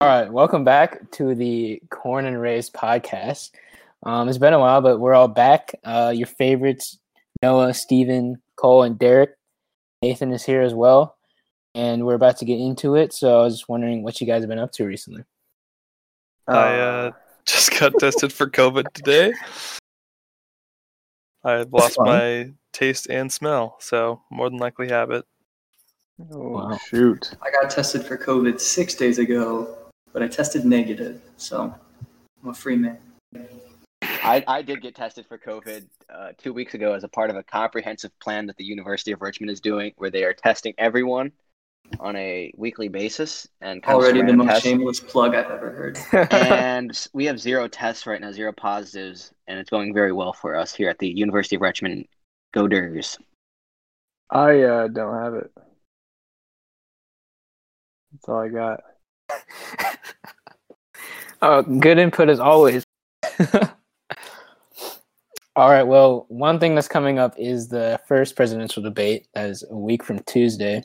All right, welcome back to the Corn and Rays podcast. Um, it's been a while, but we're all back. Uh, your favorites, Noah, Steven, Cole, and Derek. Nathan is here as well, and we're about to get into it. So I was just wondering what you guys have been up to recently. I Oh, uh, just got tested for COVID today. I lost fun. my taste and smell, so more than likely have it. Oh Wow. shoot! I got tested for COVID six days ago, but I tested negative, so I'm a free man. I, I did get tested for COVID uh, two weeks ago as a part of a comprehensive plan that the University of Richmond is doing, where they are testing everyone on a weekly basis and kind of Already the random most tests. shameless plug I've ever heard. And s- we have zero tests right now, zero positives, and it's going very well for us here at the University of Richmond. Go Durs! I uh, don't have it. That's all I got. Oh, good input as always. All right. Well, one thing that's coming up is the first presidential debate that is a week from Tuesday.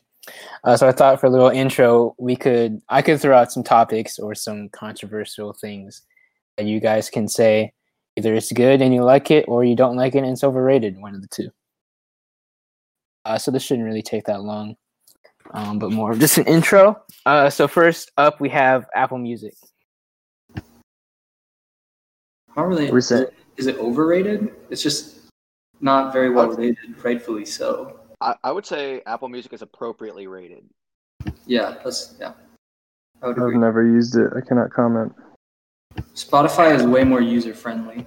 Uh, so I thought for a little intro, we could I could throw out some topics or some controversial things that you guys can say either it's good and you like it or you don't like it and it's overrated. One of the two. Uh, so this shouldn't really take that long, um, but more of just an intro. Uh, so first up, we have Apple Music. Not really. We said- Is it overrated? It's just not very well rated, rightfully so. I, I would say Apple Music is appropriately rated. Yeah, that's yeah. I would I've agree. never used it. I cannot comment. Spotify is way more user friendly.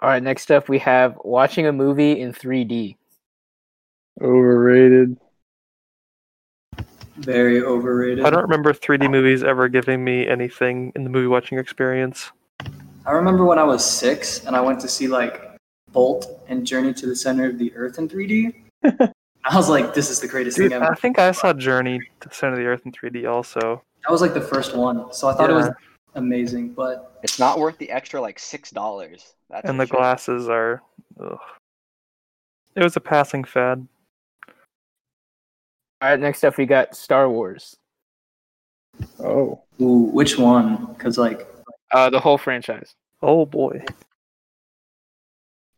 All right, next up we have watching a movie in 3D. Overrated. Very overrated. I don't remember 3D movies ever giving me anything in the movie watching experience. I remember when I was six and I went to see like Bolt and Journey to the Center of the Earth in 3D. I was like, this is the greatest Dude, thing I ever. think I saw Journey to the Center of the Earth in 3D also. That was like the first one, so I thought it was amazing, but It's not worth the extra like six dollars. That's And for the sure. glasses are. Ugh. It was a passing fad. All right, next up we got Star Wars. Oh, Ooh, which one? Because like Uh, the whole franchise. Oh boy.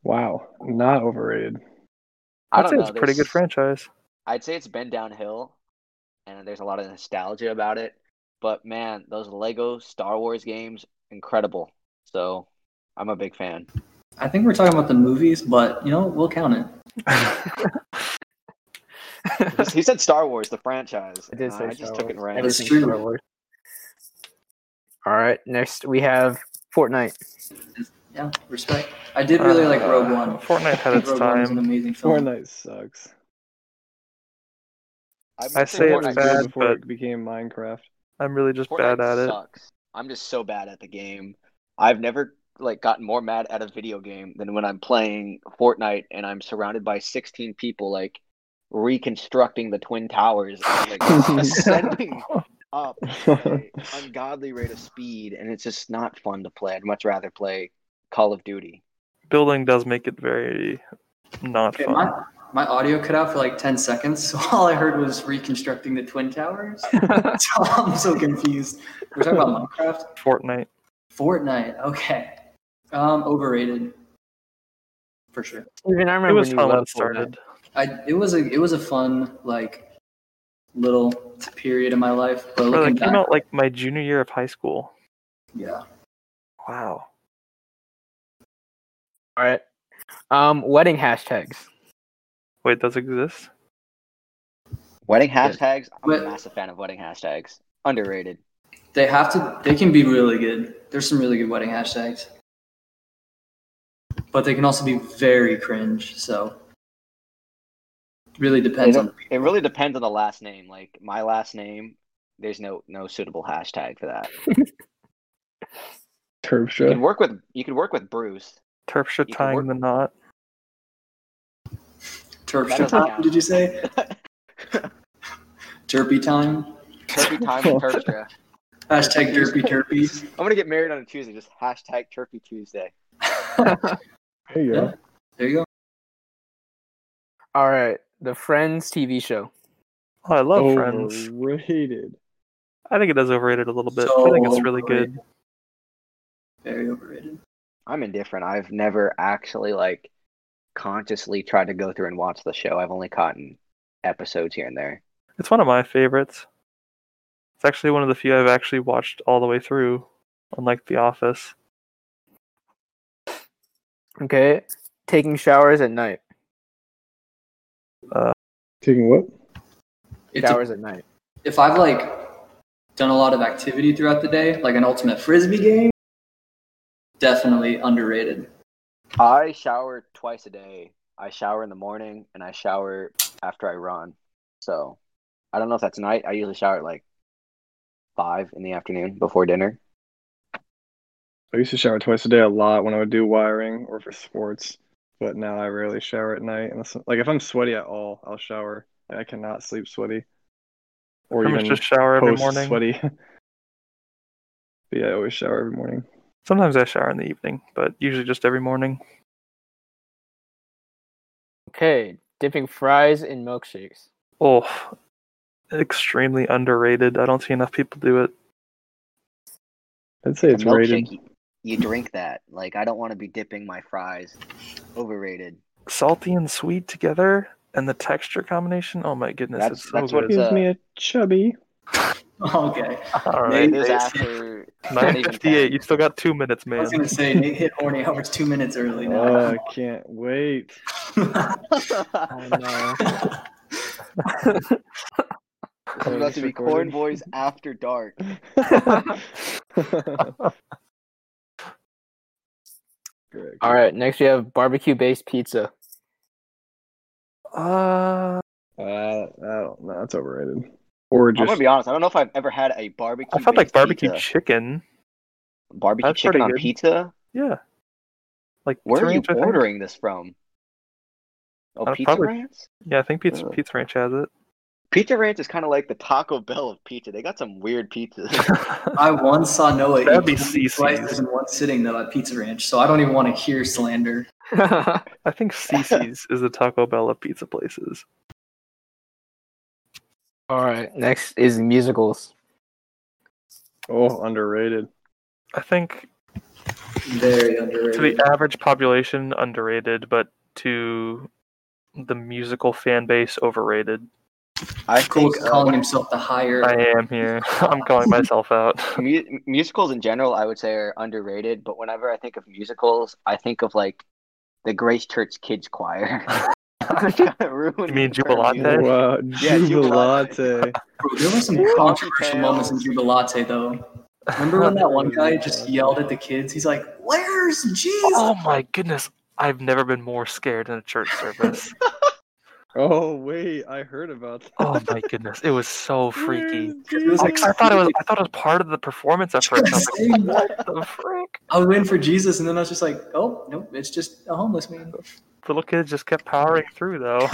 wow. Not overrated. I I'd don't say know, it's a pretty good there's- franchise. I'd say it's been downhill, and there's a lot of nostalgia about it. But man, those Lego Star Wars games, incredible. So I'm a big fan. I think we're talking about the movies, but you know we'll count it. He- he said Star Wars, the franchise. I did and say Uh, I just Star took it Wars. right. Everything. Everything's true. Star Wars. All right, next we have Fortnite. Yeah, respect. I did really like Rogue Uh, One. Fortnite had I its think Rogue One was an time. amazing film. Fortnite sucks. I've I been say saying it's Fortnite Fortnite- bad, was before but- it became Minecraft. I'm really just Fortnite bad at it. Sucks. I'm just so bad at the game. I've never like gotten more mad at a video game than when I'm playing Fortnite and I'm surrounded by 16 people like reconstructing the twin towers, and, like ascending up at a ungodly rate of speed, and it's just not fun to play. I'd much rather play Call of Duty. building does make it very not Okay, fun. my, my audio cut out for like ten seconds, so all I heard was reconstructing the twin towers. so I'm so confused. We're talking about Minecraft, Fortnite. Fortnite. Okay, um, overrated for sure. Even I It remember was you fun when loved it started. I it was a it was a fun like little period in my life, but Bro, looking that came back, out like my junior year of high school. yeah. Wow. Fortnite. All right, um, wedding hashtags. Wait, does it exist? Wedding hashtags. I'm But- a massive fan of wedding hashtags. Underrated. They have to. They can be really good. There's some really good wedding hashtags, but they can also be very cringe. So, really It, depends on. it really depends on the last name. Like my last name, there's no no suitable hashtag for that. You can Terpstra. work with you can work with Bruce. Terpstra You can tying work- the knot. That Terpstra doesn't time? count. Did you say derpy time? Turpy time and Terpstra. Hashtag derpy terpy. I'm gonna get married on a Tuesday. Just hashtag Turpy Tuesday. There you go. There you go. All right, the Friends TV show. Oh, Oh, I love Friends. overrated. I think it is overrated a little bit. I think it's So really good. overrated. Very overrated. I'm indifferent. I've never actually like consciously tried to go through and watch the show. I've only caught in episodes here and there. It's one of my favorites. It's actually one of the few I've actually watched all the way through, unlike The Office. Okay, taking showers at night. Taking what? It Showers at night. if I've like done a lot of activity throughout the day, like an ultimate frisbee game, definitely underrated. I shower twice a day. I shower in the morning and I shower after I run. So I don't know if that's night. I usually shower at like five in the afternoon before dinner. I used to shower twice a day a lot when I would do wiring or for sports, but now I rarely shower at night. Unless, like if I'm sweaty at all, I'll shower. Like, I cannot sleep sweaty, or Pretty much even just shower every post morning. sweaty. but yeah, I always shower every morning. Sometimes I shower in the evening, but usually just every morning. Okay, dipping fries in milkshakes. Oh, extremely underrated. I don't see enough people do it. I'd say A it's rated. milkshake, y- You drink that. Like I don't want to be dipping my fries. Overrated. Salty and sweet together, and the texture combination. Oh my goodness, That's- it's so that's what good. it's- Gives uh, me a chubby. Okay. All right, Nate, This Nate- after not nine even fifty-eight. ten. You still got two minutes, I man. was gonna say Nate hit horny hours two minutes early Oh, now. I can't wait. Oh, I know. It's about to be Corn Boys After Dark. Correct. All right, next we have barbecue based pizza. Uh, Uh, I don't know. That's overrated. Or I'm just gonna be honest. I don't know if I've ever had a barbecue. I felt like based barbecue pizza. chicken. barbecue That's chicken pretty on good. pizza. Yeah. Like Where are you Pizza Ranch, I think. ordering this from? Oh, Uh, Pizza probably- Ranch. Yeah, I think Pizza Ugh. Pizza Ranch has it. Pizza Ranch is kind of like the Taco Bell of pizza. They got some weird pizzas. I once saw Noah eat That'd be 20 CC's. slices in one sitting though at Pizza Ranch, so I don't even want to hear slander. I think Cece's is the Taco Bell of pizza places. All right, next is musicals. oh underrated. I think Very to the underrated. average population, underrated, but to the musical fan base, overrated. I Cole's think uh, calling himself the higher. I am here. I'm calling myself out. mu- musicals in general, I would say, are underrated. But whenever I think of musicals, I think of like the Grace Church Kids Choir. you You mean Jubilate? Okay. Wow, Yeah, jubilate. Bro, there were some Monkey controversial tails. moments in Jubilate though. Remember when that one guy just yelled at the kids? He's like, "Where's Jesus?" oh my goodness. I've never been more scared in a church service. oh wait, I heard about that. oh my goodness. It was so freaky. It was I, like I thought it was I thought it was part of the performance at first. I was like, Same. what the frick? I was in for Jesus, and then I was just like, "Oh nope, it's just a homeless man." Little kids just kept powering through though.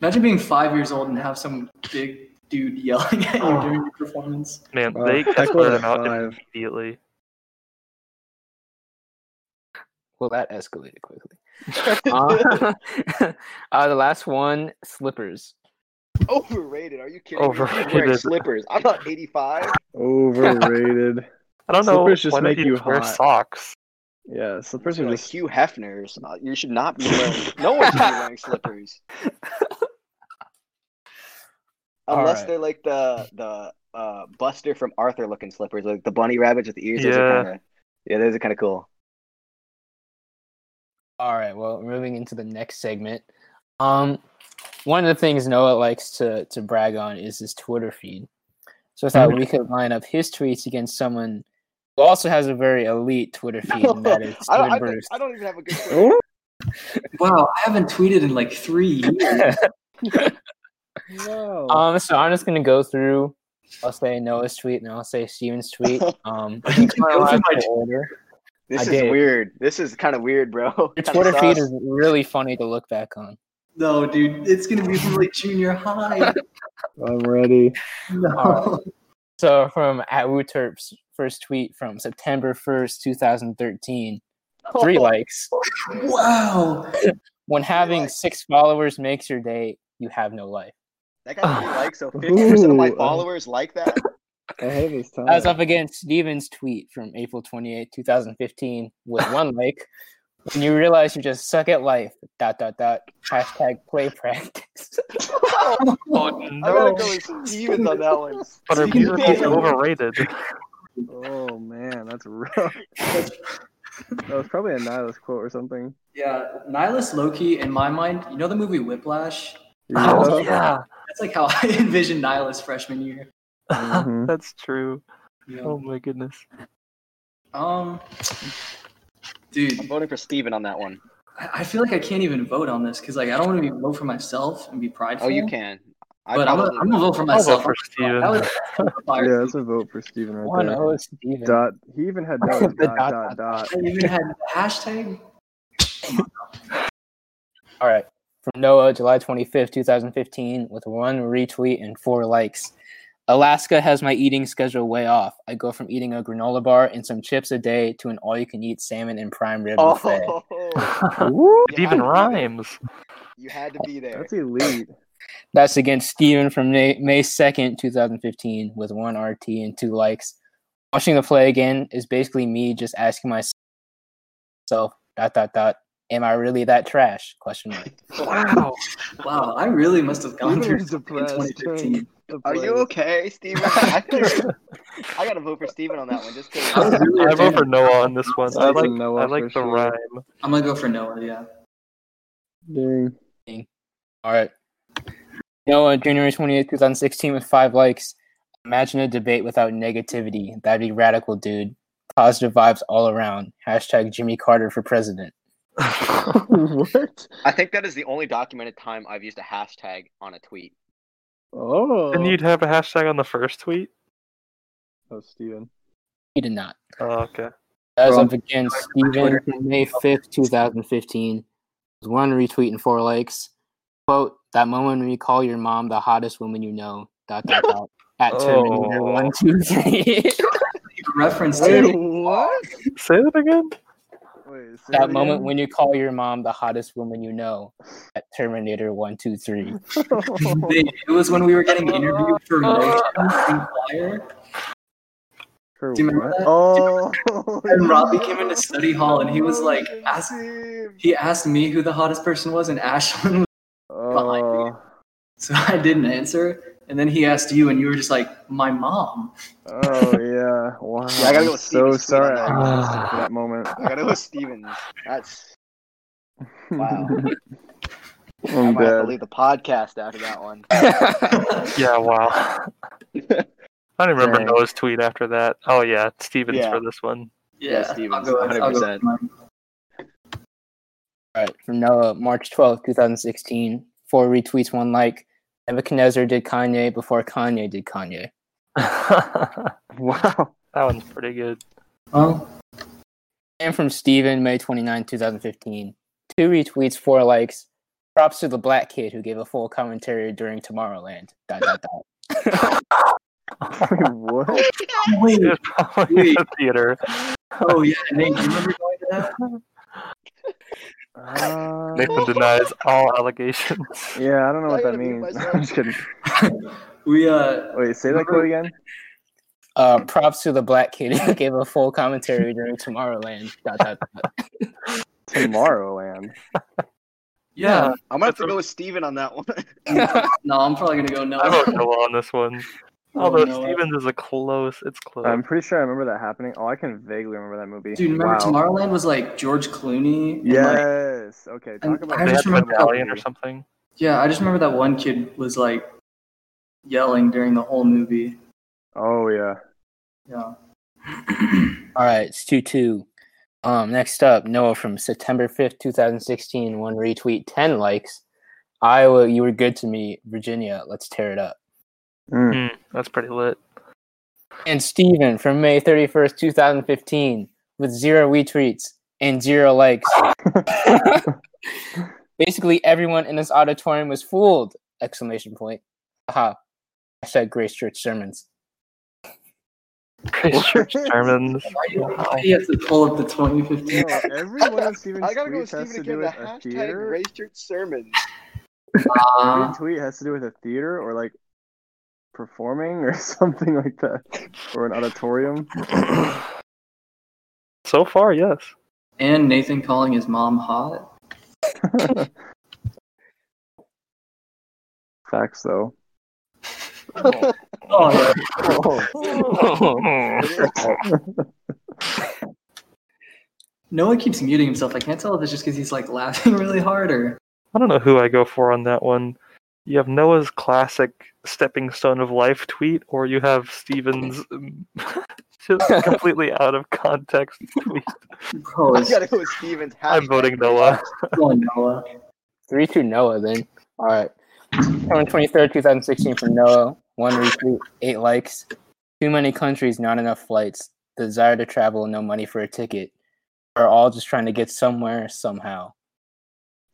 Imagine being five years old and have some big dude yelling at you during your performance. Man, Wow, they kept Uh, heckler at them out five. immediately. Well, that escalated quickly. Uh, uh, the last one, slippers. Overrated? Are you kidding? Me? You're wearing Overrated. slippers. I'm not 85. Overrated. I don't know Slippers just why make don't you you wear hot. socks. Yeah, so the person Like just Hugh Hefner's. uh, You should not be wearing. no one should be wearing slippers. All Unless right. they're like the the uh, Buster from Arthur looking slippers, like the bunny rabbits with the ears. Those Yeah. are kind of yeah, those are kind of cool. All right, well, moving into the next segment. Um, one of the things Noah likes to to brag on is his Twitter feed. So I thought Mm-hmm. we could line up his tweets against someone who also has a very elite Twitter feed, and that is I don't, I, Steven Bruce. I don't even have a good. Twitter. Oh, Wow, I haven't tweeted in like three years. no. Um, so I'm just gonna go through. I'll say Noah's tweet, and I'll say Steven's tweet. Um, I think Go through my chronological tweet. order. This I is did. weird. This is kind of weird, bro. Your Kinda Twitter sus. feed is really funny to look back on. No, dude, it's gonna be from like junior high. I'm ready. No. So from at Terps, first tweet from September 1st, 2013, three likes. Wow. When having likes. six followers makes your day, you have no life. That got three likes, so Ooh. fifty percent of my followers like that. I hate these times. I was up against Steven's tweet from April 28, 2015, with one like, when you realize you just suck at life, dot, dot, dot, hashtag play practice. Oh I gotta no! go with Stevens on that one. But are beer Speaking of balls beer- overrated? Oh man, that's rough. That was probably a Nihilus quote or something. yeah, Nihilus Loki, in my mind, you know the movie Whiplash? Oh Yeah. yeah, That's like how I envisioned Nihilus freshman year. Mhm. that's true. You Oh know? my goodness. Um, I'm dude, voting for Steven on that one. I I feel like I can't even vote on this because like I don't want to be vote for myself and be prideful. Oh, you can. I But I'm gonna, probably I'm gonna vote for I'll myself. vote for Steven. That was Yeah, fire. that's a vote for Steven right One there. oh Steven. Dot. He even had The dot dot, dot dot, dot dot. I even had hashtag. All right. From Noah, July 25th, 2015, with one retweet and four likes. Alaska has my eating schedule way off. I go from eating a granola bar and some chips a day to an all you can eat salmon and prime rib buffet. Oh, it even rhymes. you had to be there. That's elite. That's against Steven from May, May 2nd, 2015, with one RT and two likes. Watching the play again is basically me just asking myself, dot, dot, dot, am I really that trash? Question mark. Wow. Wow, I really must have gone Steven through was in depressed. 2015. The Are you place. okay, Steven? I, feel like I gotta vote for Steven on that one just I was because. really I vote for offended. Noah on this one. I Vote for like Noah I like for the sure. rhyme. I'm gonna go for Noah. Yeah. Dang. All right. Noah, January 28th, 2016, with five likes. Imagine a debate without negativity. That'd be radical, dude. Positive vibes all around. Hashtag Jimmy Carter for president. what? I think that is the only documented time I've used a hashtag on a tweet. Oh. Didn't you have a hashtag on the first tweet? Oh, Steven. He did not. Oh, okay. As Wrong. up against Steven from May 5th, 2015, with one retweet and four likes. Quote, that moment when you call your mom the hottest woman you know, dot, dot, dot, at Terminator Oh. 1, 2, 3. Reference Wait, to what? Say that again. Wait, say that it moment again? when you call your mom the hottest woman you know, at Terminator 1, 2, 3. Dude, it was when we were getting interviewed for Mission Inquirer, For Do you remember what? that? Oh. and Robbie came into study hall and he was like, ask, Steve. he asked me who the hottest person was, and Ashlyn was. Oh. So I didn't answer, and then he asked you, and you were just like, my mom. Oh yeah. Wow. Yeah, I gotta go I'm so with Steven's tweet on sorry that I one. missed it for that moment. I gotta go with Steven. That's wow. I I'm might have to dead. leave the podcast after that one. Yeah, wow. I don't even remember Dang. Noah's tweet after that. Oh yeah, Stevens Yeah. for this one. Yeah, Yeah, Stevens, I'll go with- I'll go with 100%. mine. All right, from Noah, March twelfth, two 2016. Four retweets, one like. Nebuchadnezzar did Kanye before Kanye did Kanye. that Wow. one's pretty good. Oh, And from Steven, May 29, 2015. Two retweets, four likes. Props to the black kid who gave a full commentary during Tomorrowland. Dot, dot, dot. Wait, what? wait. It was probably in the theater. Oh, yeah. Nate, do you remember going to that? Uh, Nathan denies all allegations. yeah, I don't know what I that gotta mute means. myself. I'm just kidding. We, uh, Wait, say that quote again. Uh, props to the black kid who gave a full commentary during Tomorrowland. Dot, dot, dot. Tomorrowland. yeah. I'm gonna have to go with Steven on that one. No, I'm probably going to go no. I vote Noah on this one. Although no. Stevens is a close. It's close. I'm pretty sure I remember that happening. Oh, I can vaguely remember that movie. Dude, remember wow. Tomorrowland was like George Clooney? and, like- Yes. Okay. Talk about I they just had a remember- medallion or something. yeah, I just remember that one kid was like yelling during the whole movie. Oh yeah. Yeah. All right, it's 2 2. Um, next up, Noah from September 5th, 2016. One retweet, 10 likes. Iowa, you were good to me. Virginia, let's tear it up. Mm. Hmm, that's pretty lit. And Steven from May 31st, 2015, with zero retweets and zero likes. Basically, everyone in this auditorium was fooled! Exclamation point. Aha. Hashtag Grace Church Sermons. Pretty sure Germans. Why do you, Wow. why do you have to pull up the 2015? No, every one of Steven's I gotta go with tweets has Steven to do again. with The a hashtag theater. Race Church Sermons. Uh, Every tweet has to do with a theater or like performing or something like that, or an auditorium. so far, yes. And Nathan calling his mom hot. Facts though. Oh, yeah. Noah keeps muting himself. I can't tell if it's just because he's like laughing really hard or. I don't know who I go for on that one. You have Noah's classic stepping stone of life tweet, or you have Steven's um, just completely out of context tweet. Bro, I it's gotta go with Stevens. I'm voting Noah. going, Noah. Three to Noah then. All right. September twenty third, two thousand sixteen from Noah. One retweet, eight likes. Too many countries, not enough flights. The desire to travel, no money for a ticket. Are all just trying to get somewhere somehow.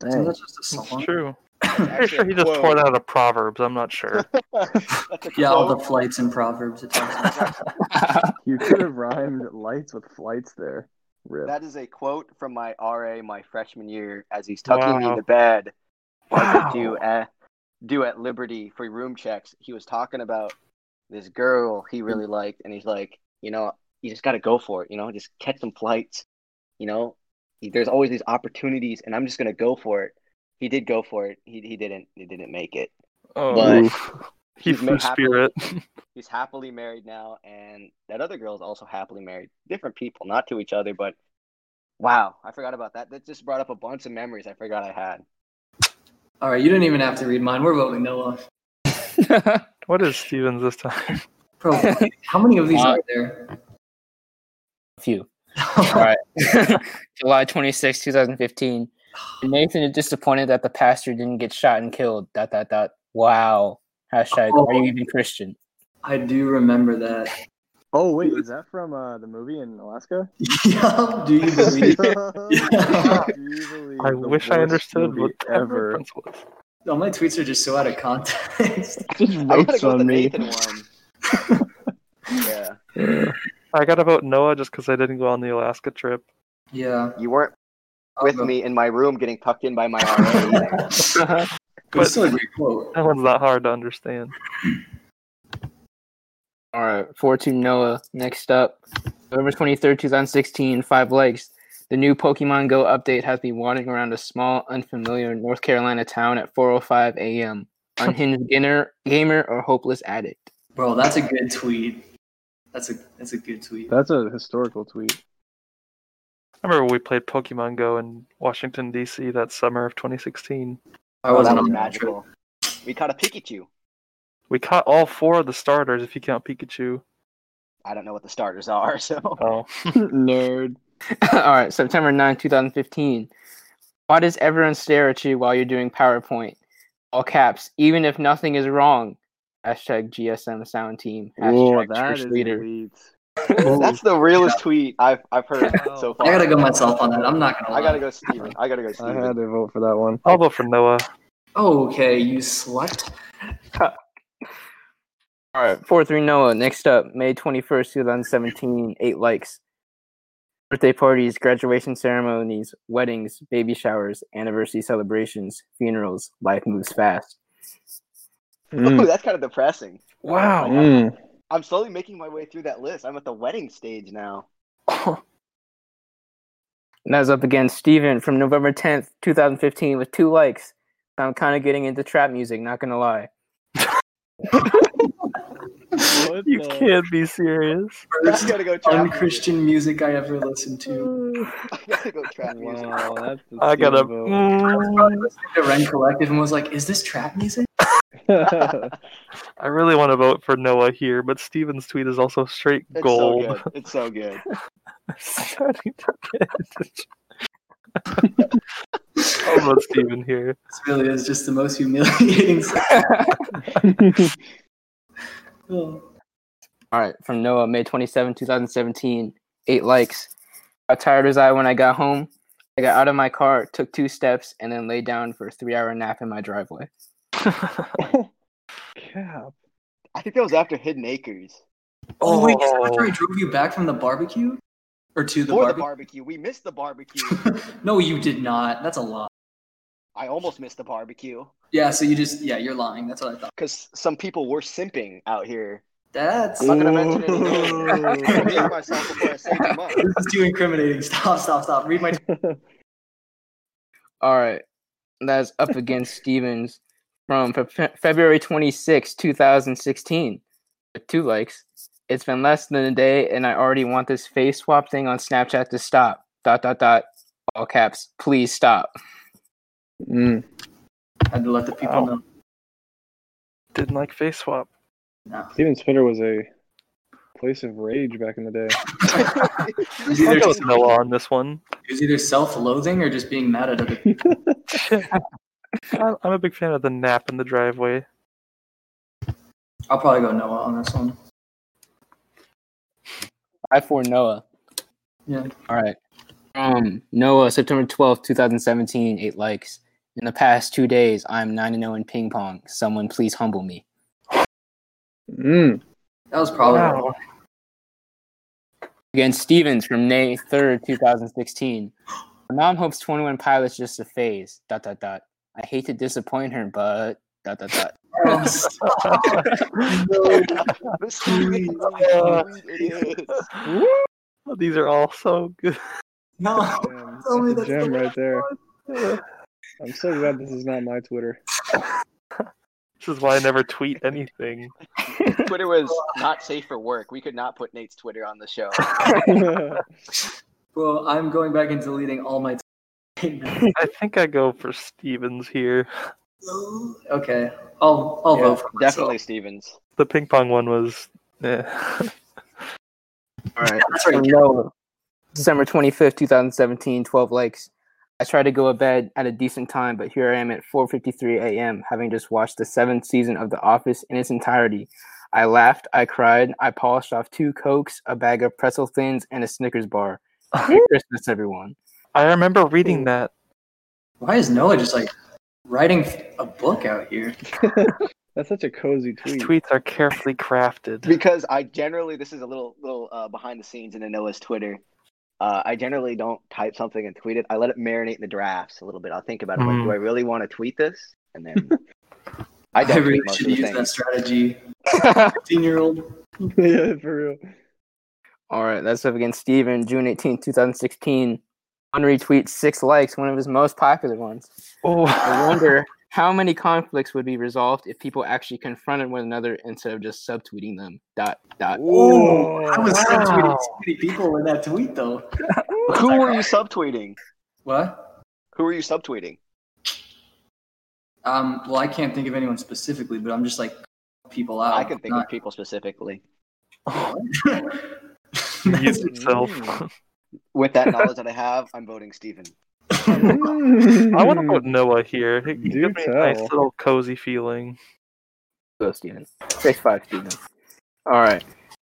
Isn't that just a It's song? true. I'm Actually, pretty sure he just whoa. tore that out of Proverbs. I'm not sure. That's a Yeah, all the quote. flights and proverbs. It talks about. You could have rhymed lights with flights there. Rip. That is a quote from my RA my freshman year as he's tucking Wow. me to bed. Wow. Do at do at Liberty for room checks. He was talking about this girl Mm. he really liked, and he's like, you know, you just got to go for it. You know, just catch some flights. You know, there's always these opportunities, and I'm just gonna go for it. He did go for it. He he didn't he didn't make it. Oh, But- he He's flew happy- spirit. He's happily married now, and that other girl is also happily married. Different people, not to each other, but wow, I forgot about that. That just brought up a bunch of memories I forgot I had. All right, you didn't even have to read mine. We're voting Noah. What is Stevens this time? Bro, how many of these Uh, are there? Few. All right. July twenty sixth, 2015. Nathan is disappointed that the pastor didn't get shot and killed. Dot, dot, dot. Wow. Hashtag, are you even Christian? I do remember that. Oh wait, is that from uh, the movie in Alaska? yeah, do you believe? Yeah. Easily I the wish I worst understood movie what that ever. reference was. All my tweets are just so out of context. Just I'm gonna rates go with on the me. Nathan one. yeah, I gotta vote Noah just because I didn't go on the Alaska trip. Yeah. you weren't Oh, with me in my room getting tucked in by my RA. either. but that it's still a great quote. one's not hard to understand. All right, four to Noah. Next up, November twenty third, two thousand sixteen. Five likes. The new Pokemon Go update has me wandering around a small, unfamiliar North Carolina town at four o five a.m. Unhinged gamer, gamer or hopeless addict. Bro, that's a good tweet. That's a that's a good tweet. That's a historical tweet. I remember when we played Pokemon Go in Washington D.C. that summer of 2016. I Oh, that wasn't was on that trip. magical. We caught a Pikachu. We caught all four of the starters if you count Pikachu. I don't know what the starters are, so Oh, Nerd. All right, September 9, 2015. Why does everyone stare at you while you're doing PowerPoint? All caps, even if nothing is wrong. Hashtag GSM sound team. Whoa, Hashtag that is church leader. elite. Oh, that's the realest tweet I've I've heard so far. I gotta go myself on that. I'm not gonna lie. I gotta go Steven. I gotta go I Steven. had to vote for that one. I'll vote for Noah. Okay, you slut. All right, 4 3 Noah. Next up, May 21st, 2017. Eight likes. Birthday parties, graduation ceremonies, weddings, baby showers, anniversary celebrations, funerals. Life moves fast. Ooh, Mm. that's kind of depressing. Wow. Mm. I'm slowly making my way through that list. I'm at the wedding stage now. And that's up against Steven from November 10th, 2015, with two likes. I'm kind of getting into trap music, not gonna lie. What you the- can't be serious. I gotta go trap music. Unchristian music I ever listened to. I gotta go trap music. Wow, that's the I gotta. skill Mm, The Ren Collective and was like, "Is this trap mm. music?" vote. I really want to vote for Noah here, but Steven's tweet is also straight It's gold. so good. It's so good. starting to get I'll vote Steven here. This really is just the most humiliating. oh. All right, from Noah, May 27, 2017. Eight likes. How tired was I when I got home? I got out of my car, took two steps, and then lay down for a three hour nap in my driveway. Cap. I think that was after Hidden Acres. oh wait, is that after I drove you back from the barbecue, or to the Before the barbecue? barbecue. We missed the barbecue. no, you did not. That's a lie. I almost missed the barbecue. Yeah, so you just yeah, you're lying. That's what I thought. Because some people were simping out here. That's I'm this not gonna mention any names. Ooh. I'm gonna mute myself before I say too much. is too incriminating. Stop, stop, stop. Read my All right. That's up against Stevens from Fe- February 26, 2016. With two likes. It's been less than a day, and I already want this face swap thing on Snapchat to stop. Dot, dot, dot. All caps. Please stop. Mm. had to let the people Wow. know. Didn't like face swap. No. Steven Spitter was a place of rage back in the day. It was I'll either, go with Noah on this one. it was either self-loathing or just being mad at other people. I'm I'm a big fan of the nap in the driveway. I'll probably go Noah on this one. I for Noah. Yeah. All right. Um, Noah, September 12th, 2017, eight likes. In the past two days, I'm 9 0 in ping pong. Someone please humble me. Mm. That was probably Wow. against Stevens from May 3rd, 2016. My mom hopes 21 Pilots just a phase. Dot dot dot. I hate to disappoint her, but dot dot dot. Oh, stop. This tweet is- Uh, it is. These are all so good. no. Damn, Tell me that's a that's gem the right there. this I'm so glad this is not my Twitter. is why I never tweet anything. Twitter was not safe for work. We could not put Nate's Twitter on the show. Well, I'm going back and deleting all my. T- I think I go for Stevens here. okay, I'll I'll Yeah, vote for myself. definitely Stevens. The ping pong one was. eh. All right. That's right. Noah, December 25th, 2017, 12 likes. I tried to go to bed at a decent time, but here I am at 4:53 a.m. having just watched the seventh season of The Office in its entirety. I laughed, I cried, I polished off two cokes, a bag of pretzel thins, and a Snickers bar. Merry Christmas, everyone. I remember reading that. Why is Noah just like writing a book out here? That's such a cozy tweet. These tweets are carefully crafted. Because I generally, this is a little little uh, behind the scenes into Noah's Twitter. Uh, I generally don't type something and tweet it. I let it marinate in the drafts a little bit. I'll think about it. Like, Mm. do I really want to tweet this? And then I I, don't really tweet most should of the use things. that strategy. Fifteen year old. yeah, for real. All right, that's up against Steven, June 18, 2016. One retweet, six likes, one of his most popular ones. Oh, I wonder how many conflicts would be resolved if people actually confronted one another instead of just subtweeting them. Dot, dot. Ooh, I was wow. subtweeting so many people in that tweet though. Who were you subtweeting? What? Who were you subtweeting? Um. Well, I can't think of anyone specifically, but I'm just like people out. I can think of people specifically. Not- mute That's- himself. With that knowledge that I have, I'm voting Steven. I want to put Noah here. He he Do gives me a nice tell. little cozy feeling. Go, Steven. 6 5, Steven. All right.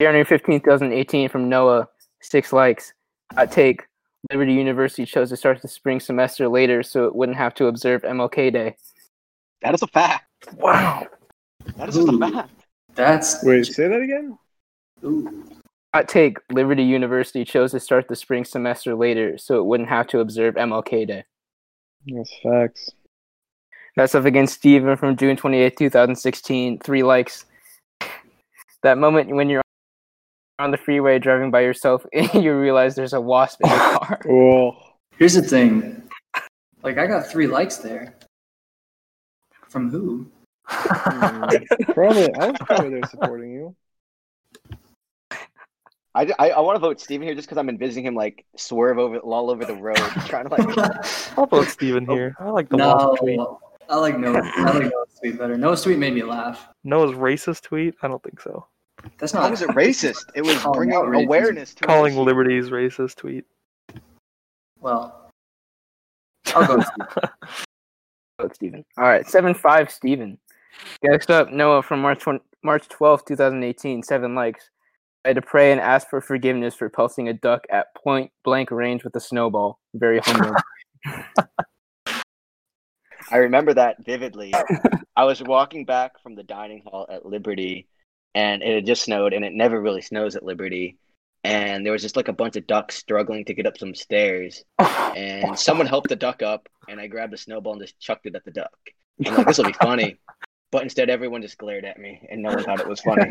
January 15, 2018, from Noah, six likes. I take Liberty University chose to start the spring semester later so it wouldn't have to observe MLK Day. That is a fact. Wow. That is just Ooh. a fact. That's Hmm. Wait, say that again? Ooh. I take Liberty University chose to start the spring semester later so it wouldn't have to observe MLK Day. That's facts. That's up against Steven from June 28, 2016. Three likes. That moment when you're on the freeway driving by yourself and you realize there's a wasp in your car. Oh, Here's the thing. Like I got three likes there. From who? Hmm. probably. I was probably there supporting you. I, I, I want to vote Steven here just because I'm envisioning him like swerve over all over the road, trying to like. I'll vote Steven here. I like the no. Lost tweet. I like Noah. I like Noah's tweet better. Noah's tweet made me laugh. Noah's racist tweete? I don't think so. That's How not. was it racist? It was Oh, bringing not racist. awareness to Calling it. Liberty's racist tweet. Well, I'll go. With you. Vote Steven. All right, 7 5 Steven. Next up, Noah from March, 20, March 12, 2018. Seven likes. I had to pray and ask for forgiveness for pelting a duck at point blank range with a snowball. Very humble. I remember that vividly. I was walking back from the dining hall at Liberty, and it had just snowed, and it never really snows at Liberty. And there was just like a bunch of ducks struggling to get up some stairs, and someone helped the duck up, and I grabbed a snowball and just chucked it at the duck. I'm like, this will be funny. But instead, everyone just glared at me, and no one thought it was funny.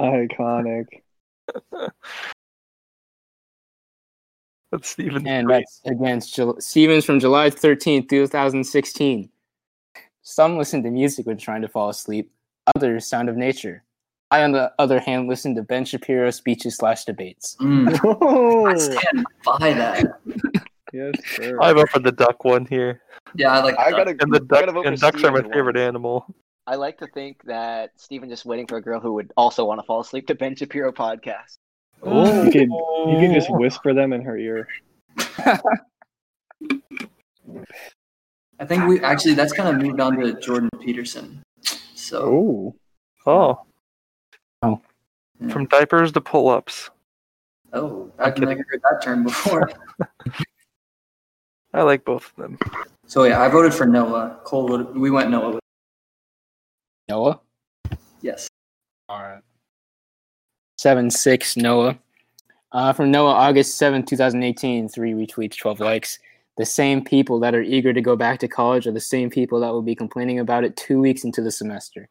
Iconic. That's Stephen. And that's against Jul- Stevens from July 13th, 2016. Some listened to music when trying to fall asleep, others, Sound of Nature. I, on the other hand, listened to Ben Shapiro speeches slash debates. Mm, I Oh, stand by that. yes, sir. I'm up for the duck one here, Yeah, I like. I that. gotta, and the I duck gotta vote for and ducks are my Steven's one. favorite animal. I like to think that Steven just waiting for a girl who would also want to fall asleep to Ben Shapiro podcast. Ooh. You could- You can just whisper them in her ear. I think we actually that's kind of moved on to Jordan Peterson. So Oh, Oh. Oh. From diapers to pull ups. oh, I've never heard that term before. I like both of them. so yeah, I voted for Noah. Cole, voted- we went Noah. With, Noah? yes. All right. 7 6, Noah. Uh, from Noah, August seventh, two 2018, three retweets, 12 likes. The same people that are eager to go back to college are the same people that will be complaining about it two weeks into the semester.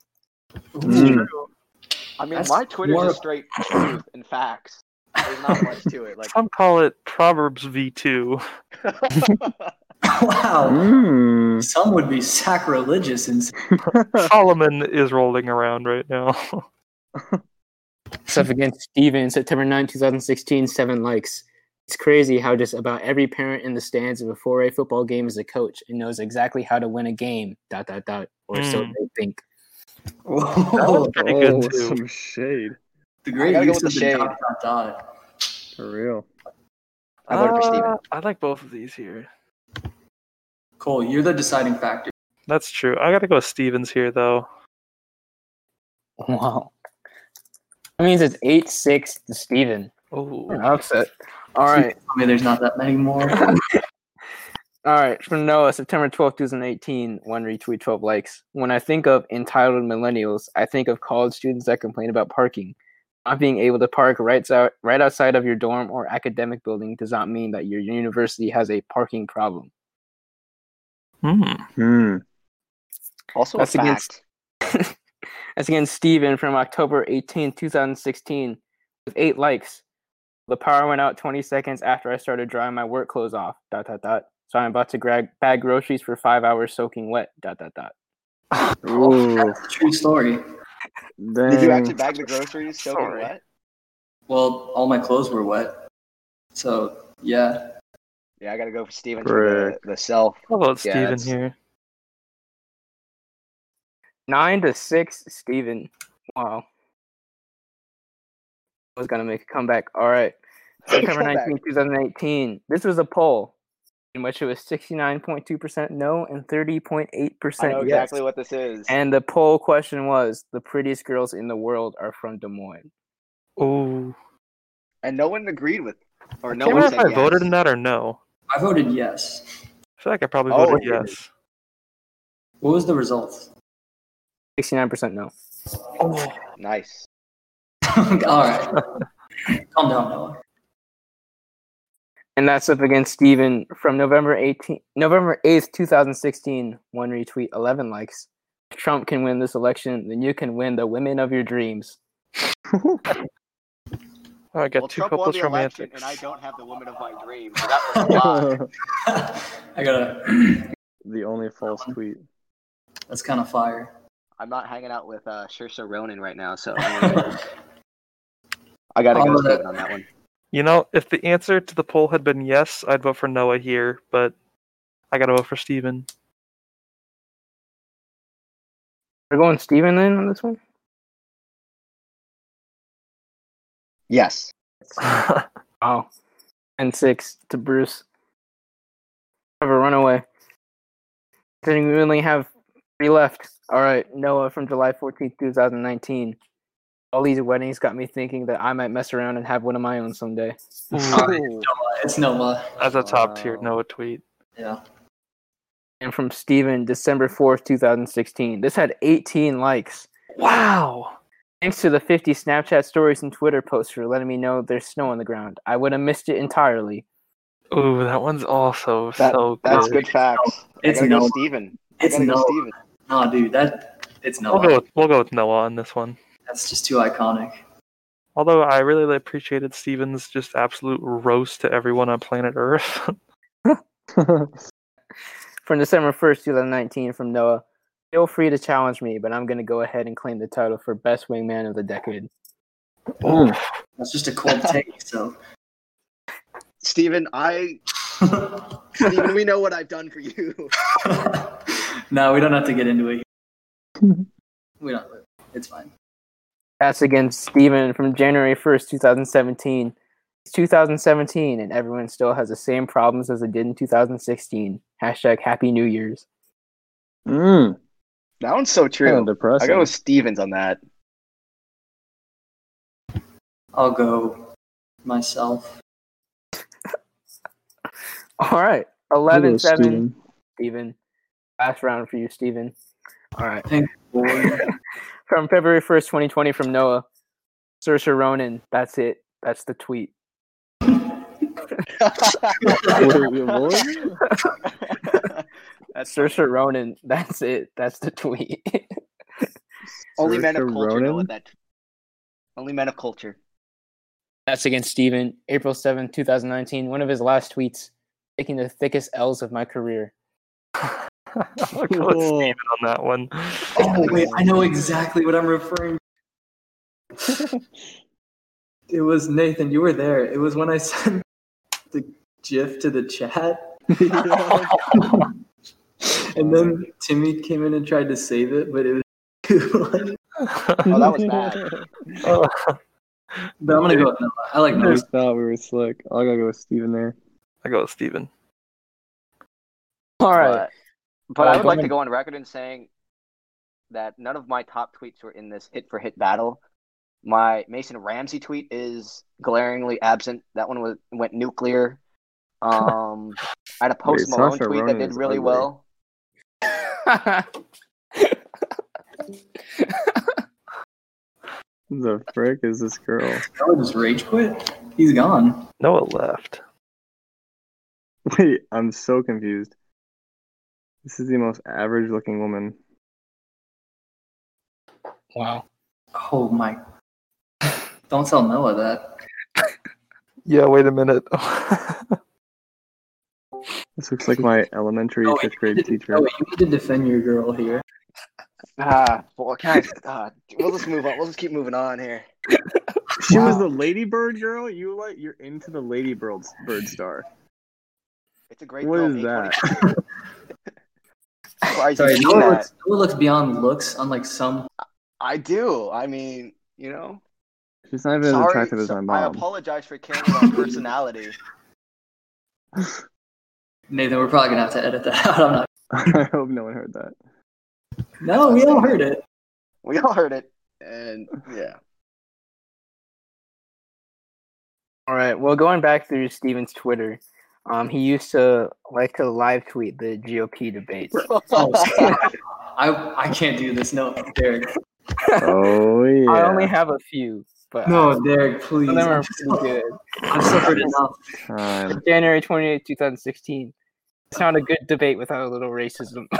Mm. I mean, That's my Twitter's more- just straight truth and facts. There's not much to it. Like, Some call it Proverbs V2. wow. mm. Some would be sacrilegious and Solomon is rolling around right now. Stuff against Steven, September 9, 2016, seven likes. It's crazy how just about every parent in the stands of a 4A football game is a coach and knows exactly how to win a game, dot, dot, dot, or so Hmm. they think. was Whoa, pretty good, Oh, too. some shade the great gotta go use of with the the shade. dot dot dot. for real. I voted for Steven. Uh, I like both of these here. Cole, you're the deciding factor. That's true. I gotta go with Stevens here, though. Wow. That means it's 8 6 to Steven. Oh, An upset. All right. Tell me there's not that many more. All right, from Noah, September 12th, 2018, one retweet, 12 likes. When I think of entitled millennials, I think of college students that complain about parking. Not being able to park right, out, right outside of your dorm or academic building does not mean that your university has a parking problem. Hmm. Hmm. Also, That's a fact. against- That's again Steven from October 18, 2016, with eight likes. The power went out 20 seconds after I started drying my work clothes off. Dot dot dot. So I'm about to grab bag groceries for five hours soaking wet. Dot dot dot. Ooh, That's a true story. dang. Did you actually bag the groceries soaking Sorry. wet? Well, all my clothes were wet. So yeah. Yeah, I gotta go for Steven for Frick. the, the self. How about Yeah, Steven it's- here? Nine to six, Steven. Wow. I was gonna make a comeback. All right. September Comeback. 19, 2018. This was a poll in which it was 69.2% no and 30.8% I know yes. exactly what this is. And the poll question was the prettiest girls in the world are from Des Moines. Oh, And no one agreed with, or no can't one remember said if I yes. voted in that or no. I voted yes. I feel like I probably Oh, voted you did. yes. What was the result? 69% no. Oh, Nice. all right. Calm down, Noah. And that's up against Steven from November 18, November 8th, 2016. One retweet, 11 likes. If Trump can win this election, then you can win the women of your dreams. Oh, I got two well, Trump won couples the election, romantics. and I don't have the woman of my dreams. So that was a lie. I gotta. the only false tweet. That's kind of fire. I'm not hanging out with uh, Saoirse Ronan right now, so I'm gonna- I gotta Oh, go that- Steven on that one. You know, if the answer to the poll had been yes, I'd vote for Noah here, but I gotta vote for Steven. We're going Steven then on this one? Yes. Oh. And six to Bruce. Have a runaway. Then we only have three left. All right, Noah from July 14th, 2019. All these weddings got me thinking that I might mess around and have one of my own someday. Ooh. It's Noah. As a top tier Wow. Noah tweet. Yeah. And from Steven, December 4th, 2016. This had 18 likes. Wow! Thanks to the 50 Snapchat stories and Twitter posts for letting me know there's snow on the ground. I would have missed it entirely. Ooh, that one's also That- so That's good. good facts. I It's gotta go no. Steven. I It's gotta go no. Steven. No, dude. That it's We'll go, no. with, we'll go with Noah on this one. That's just too iconic. Although I really appreciated Steven's just absolute roast to everyone on planet Earth. Hmm. From December 1st, 2019, from Noah. Feel free to challenge me, but I'm going to go ahead and claim the title for Best Wingman of the Decade. Ooh. That's just a cold take. So. Steven, I Steven, we know what I've done for you. no, we don't have to get into it. we don't. It's fine. That's against Steven from January 1st, 2017. It's 2017, and everyone still has the same problems as they did in 2016. Hashtag Happy New Year's. Mm, That one's so kind of true. I depressing. go with Stevens on that. I'll go myself. All right. I'll go 11 with 7, Steven. Steven. Last round for you, Steven. All right. Boy, From February 1st, 2020, from Noah. Saoirse Ronan. That's it. That's the tweet. Wait, we avoid? That's Saoirse Ronan. That's it. That's the tweet. only men of Saoirse culture know Ronan? what that. Only men of culture. That's against Steven. April 7th, 2019. One of his last tweets. Taking the thickest L's of my career. I'll go with Cool. Steven on that one. oh wait, I know exactly what I'm referring. it was Nathan. You were there. It was when I sent the GIF to the chat, Oh, and then Timmy came in and tried to save it, but it was. too Oh, that was bad. but I'm gonna go. With Noah. I like I Noah. just thought we were slick. I gotta go with Steven there. I go with Steven. All right. But, but Uh, I would like going- to go on record in saying that none of my top tweets were in this hit for hit battle. My Mason Ramsey tweet is glaringly absent. That one was went nuclear. Um, I had a Post Wait, Malone Sacha tweet Ronan that did is really ugly. well. Who the frick is this girl? Noah just rage quit. He's gone. Noah left. Wait, I'm so confused. This is the most average looking woman. wow. Oh my! Don't tell Noah that. Yeah, wait a minute. This looks like my elementary Oh, fifth grade teacher. Noah, you need to defend your girl here. Ah, well, guys, ah, we'll just move on. We'll just keep moving on here. She was the ladybird girl? You like you're into the ladybird bird star. It's a great. What film, is that? 822. Why is Sorry, he Noah doing looks, that? Noah looks beyond looks, unlike some. I do. I mean, you know. She's not even as Sorry, attractive as so- my I mom. apologize for carrying my personality. Nathan, we're probably gonna have to edit that out. I'm not. I hope no one heard that. No, we all heard it. We all heard it, and yeah. All right. Well, going back through Steven's Twitter, um, he used to like to live tweet the GOP debates. Oh, I I can't do this. No, Derek. Oh yeah. I only have a few, but No, Derek, please. some of them are I've pretty good. suffered enough. Time. January 28, 2016. It's not a good debate without a little racism.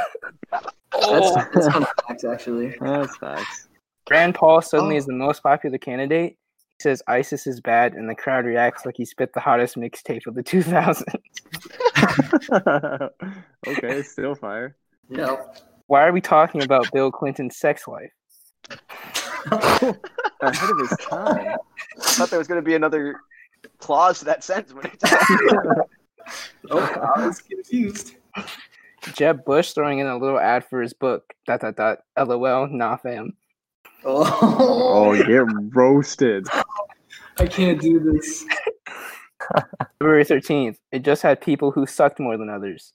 That's, that's kind of facts, actually. That's facts. Rand Paul suddenly is the most popular candidate. He says ISIS is bad, and the crowd reacts like he spit the hottest mixtape of the 2000s. okay, still fire. Yeah. Why are we talking about Bill Clinton's sex life? Ahead of his time. I Oh. thought there was going to be another clause to that sentence. Oh, When it I was confused. Jeb Bush throwing in a little ad for his book. Dot dot dot. LOL. Nah, fam. Oh, Oh, get roasted. I can't do this. February 13th. It just had people who sucked more than others.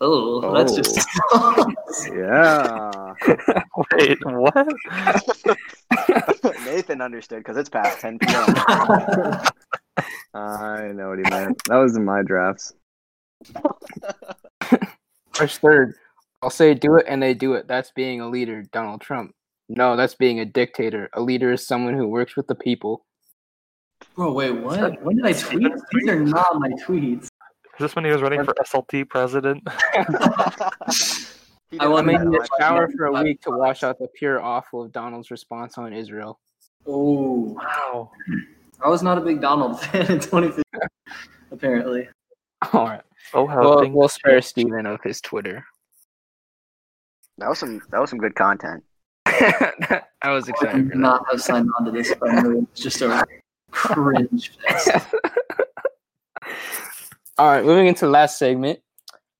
Oh, that's just. Yeah. wait, what? Nathan understood because it's past 10 p.m. I know what he meant. That was in my drafts. March 3rd. I'll say do it and they do it. That's being a leader, Donald Trump. No, that's being a dictator. A leader is someone who works with the people. Bro, wait, what? When did I tweet? These are not my tweets. Is this when he was running for SLT president? He I didn't will I know mean, make that the much. shower for a week to wash out the pure awful of Donald's response on Israel. Oh, Wow. I was not a big Donald fan in 2015, apparently. All right. Oh, how Well, things we'll spare Steven of his Twitter. That was some that was some good content. I was I excited would for that. not have signed on to this, but I knew it was just a cringe fest. All right, moving into the last segment.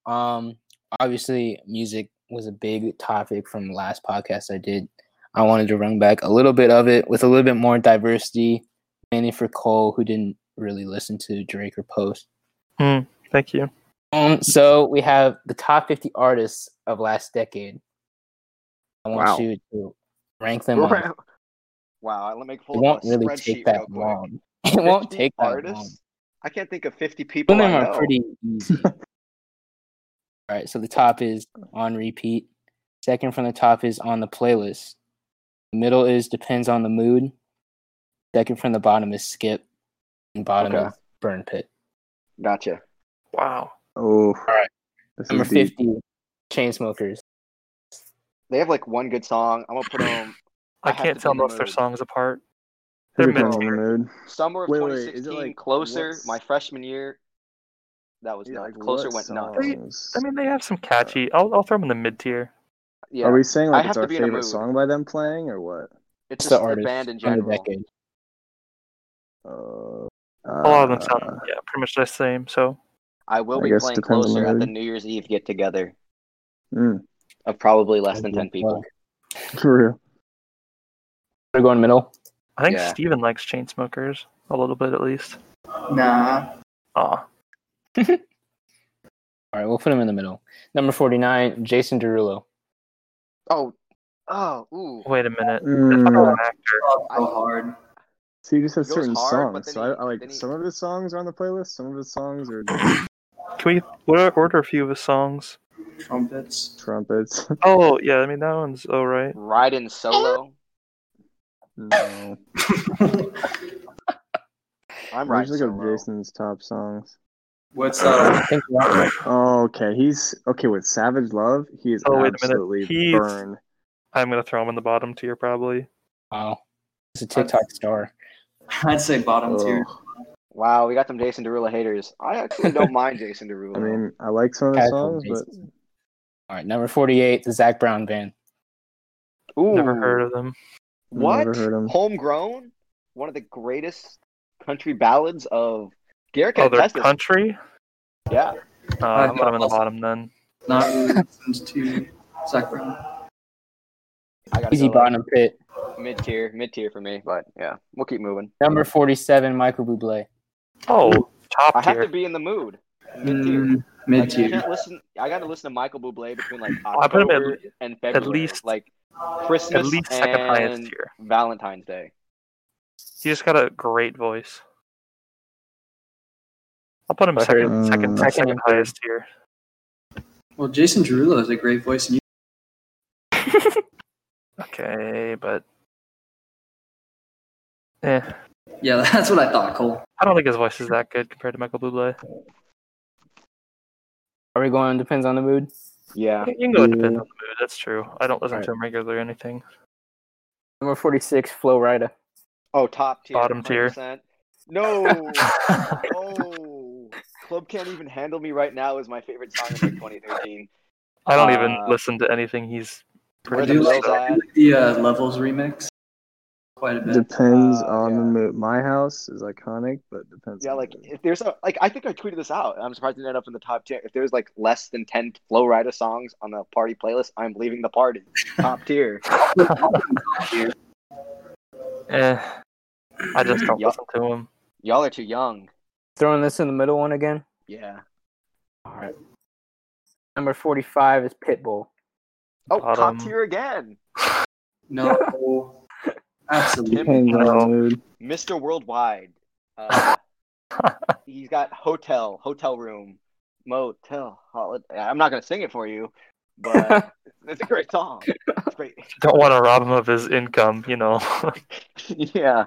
Um, obviously, music was a big topic from the last podcast I did. I wanted to run back a little bit of it with a little bit more diversity, mainly for Cole, who didn't really listen to Drake or Post. Thank you. Um, so we have the top 50 artists of last decade. I want Wow. you to rank them. up. It Wow, I let me pull up won't a really spreadsheet take real that quick. long. It won't 50 take that artists? long. I can't think of 50 people. Some of them I are know. pretty easy. All right, so the top is on repeat. Second from the top is on the playlist. The middle is depends on the mood. Second from the bottom is skip. And bottom Okay. is burn pit. Gotcha. Wow. Oh, right. this Number is deep. 50, chain smokers. They have like one good song. I'm gonna put them I, I have can't to tell be in the most of their mood. songs apart. They're Here we come, mid tier. dude. summer of Wait, wait, is it 2016. like, closer, what's- my freshman year. That was Yeah, nuts. like, closer what went nuts. Wait, songs? I mean, they have some catchy. Uh, I'll, I'll throw them in the mid tier. Yeah, Are we saying I like have it's to our be in a favorite mood. song by them playing or what? It's it's just the the artist band in on the general. decade. Uh, A lot of them sound uh, yeah, pretty much the same. So I will I be guess playing depends on the closer at the mood. New Year's Eve get together mm, of probably less than 10 people. for real. We're going middle. I think Yeah. Steven likes Chainsmokers a little bit at least. Nah. Ah, All right, we'll put him in the middle. Number 49, Jason Derulo. Oh, oh, ooh. wait a minute. That's not Mm. an actor. Oh, so hard. So you just have It goes certain hard, songs. but then So I, he- I like then he- some of his songs are on the playlist. Some of his songs are Can we what, order a few of his songs? Trumpets. trumpets. Oh yeah, I mean that one's all right. Riding solo. no, I'm we riding should look up solo. Jason's top songs. What's uh? I think we're on right. Oh, okay, he's okay with Savage Love. He is Oh, wait a minute. absolutely He's- burned. I'm gonna throw him in the bottom tier probably. Wow. He's a TikTok star. I'd say bottom tier. Ugh. Wow, we got them Jason Derulo haters. I actually don't mind Jason Derulo. I mean, I like some of his Casual songs, but Jason. All right, number 48, the Zach Brown Band. Ooh, Never heard of them. what? Never heard him. Homegrown? One of the greatest country ballads of Garrett can Oh, they're attest this. country. Yeah. Uh, I'll put him in the bottom then. Not really listened to Zach Brown. I got Easy bottom pit. mid tier, mid tier for me, but yeah, we'll keep moving. Number 47, Michael Bublé. Oh, I top have tier. to be in the mood. Mid tier. Mm, Mid Like, I tier. can't listen. I got to listen to Michael Bublé between like I put him at- October and February, least- like Christmas At least and second highest tier. Valentine's Day. He just got a great voice. I'll put him I second, heard- second, Mm. second, Second. highest tier. Well, Jason Derulo has a great voice. And Okay, but eh, you- yeah, that's what I thought, Cole. I don't think his voice is that good compared to Michael Bublé. Are we going depends on the mood? Yeah. You can go with Yeah. depends on the mood. That's true. I don't listen Right. to him regularly or anything. Number 46, Flo Rida. Oh, top tier. Bottom tier. 100%. No. oh. Club can't even handle me right now is my favorite song of like 2013. I don't even Uh, listen to anything he's. Where I the do like Will's I do at. like the uh, Levels remix quite a bit. Depends Uh, on the yeah. mood. My house is iconic, but depends. Yeah, on like the mood. if there's a like, I think I tweeted this out. and I'm surprised it ended up in the top tier. If there's like less than ten Flow Rider songs on the party playlist, I'm leaving the party. Top tier. Eh, I just don't Yeah. listen to him. Y'all are too young. Throwing this in the middle one again. Yeah. All right. Number 45 is Pitbull. Oh, Bottom. top tier again. No, absolutely. Depends on No. the mood. Mr. Worldwide. Uh, he's got hotel, hotel room, motel. Holiday. I'm not gonna sing it for you, but it's a great song. It's great. Don't want to rob him of his income, you know. yeah.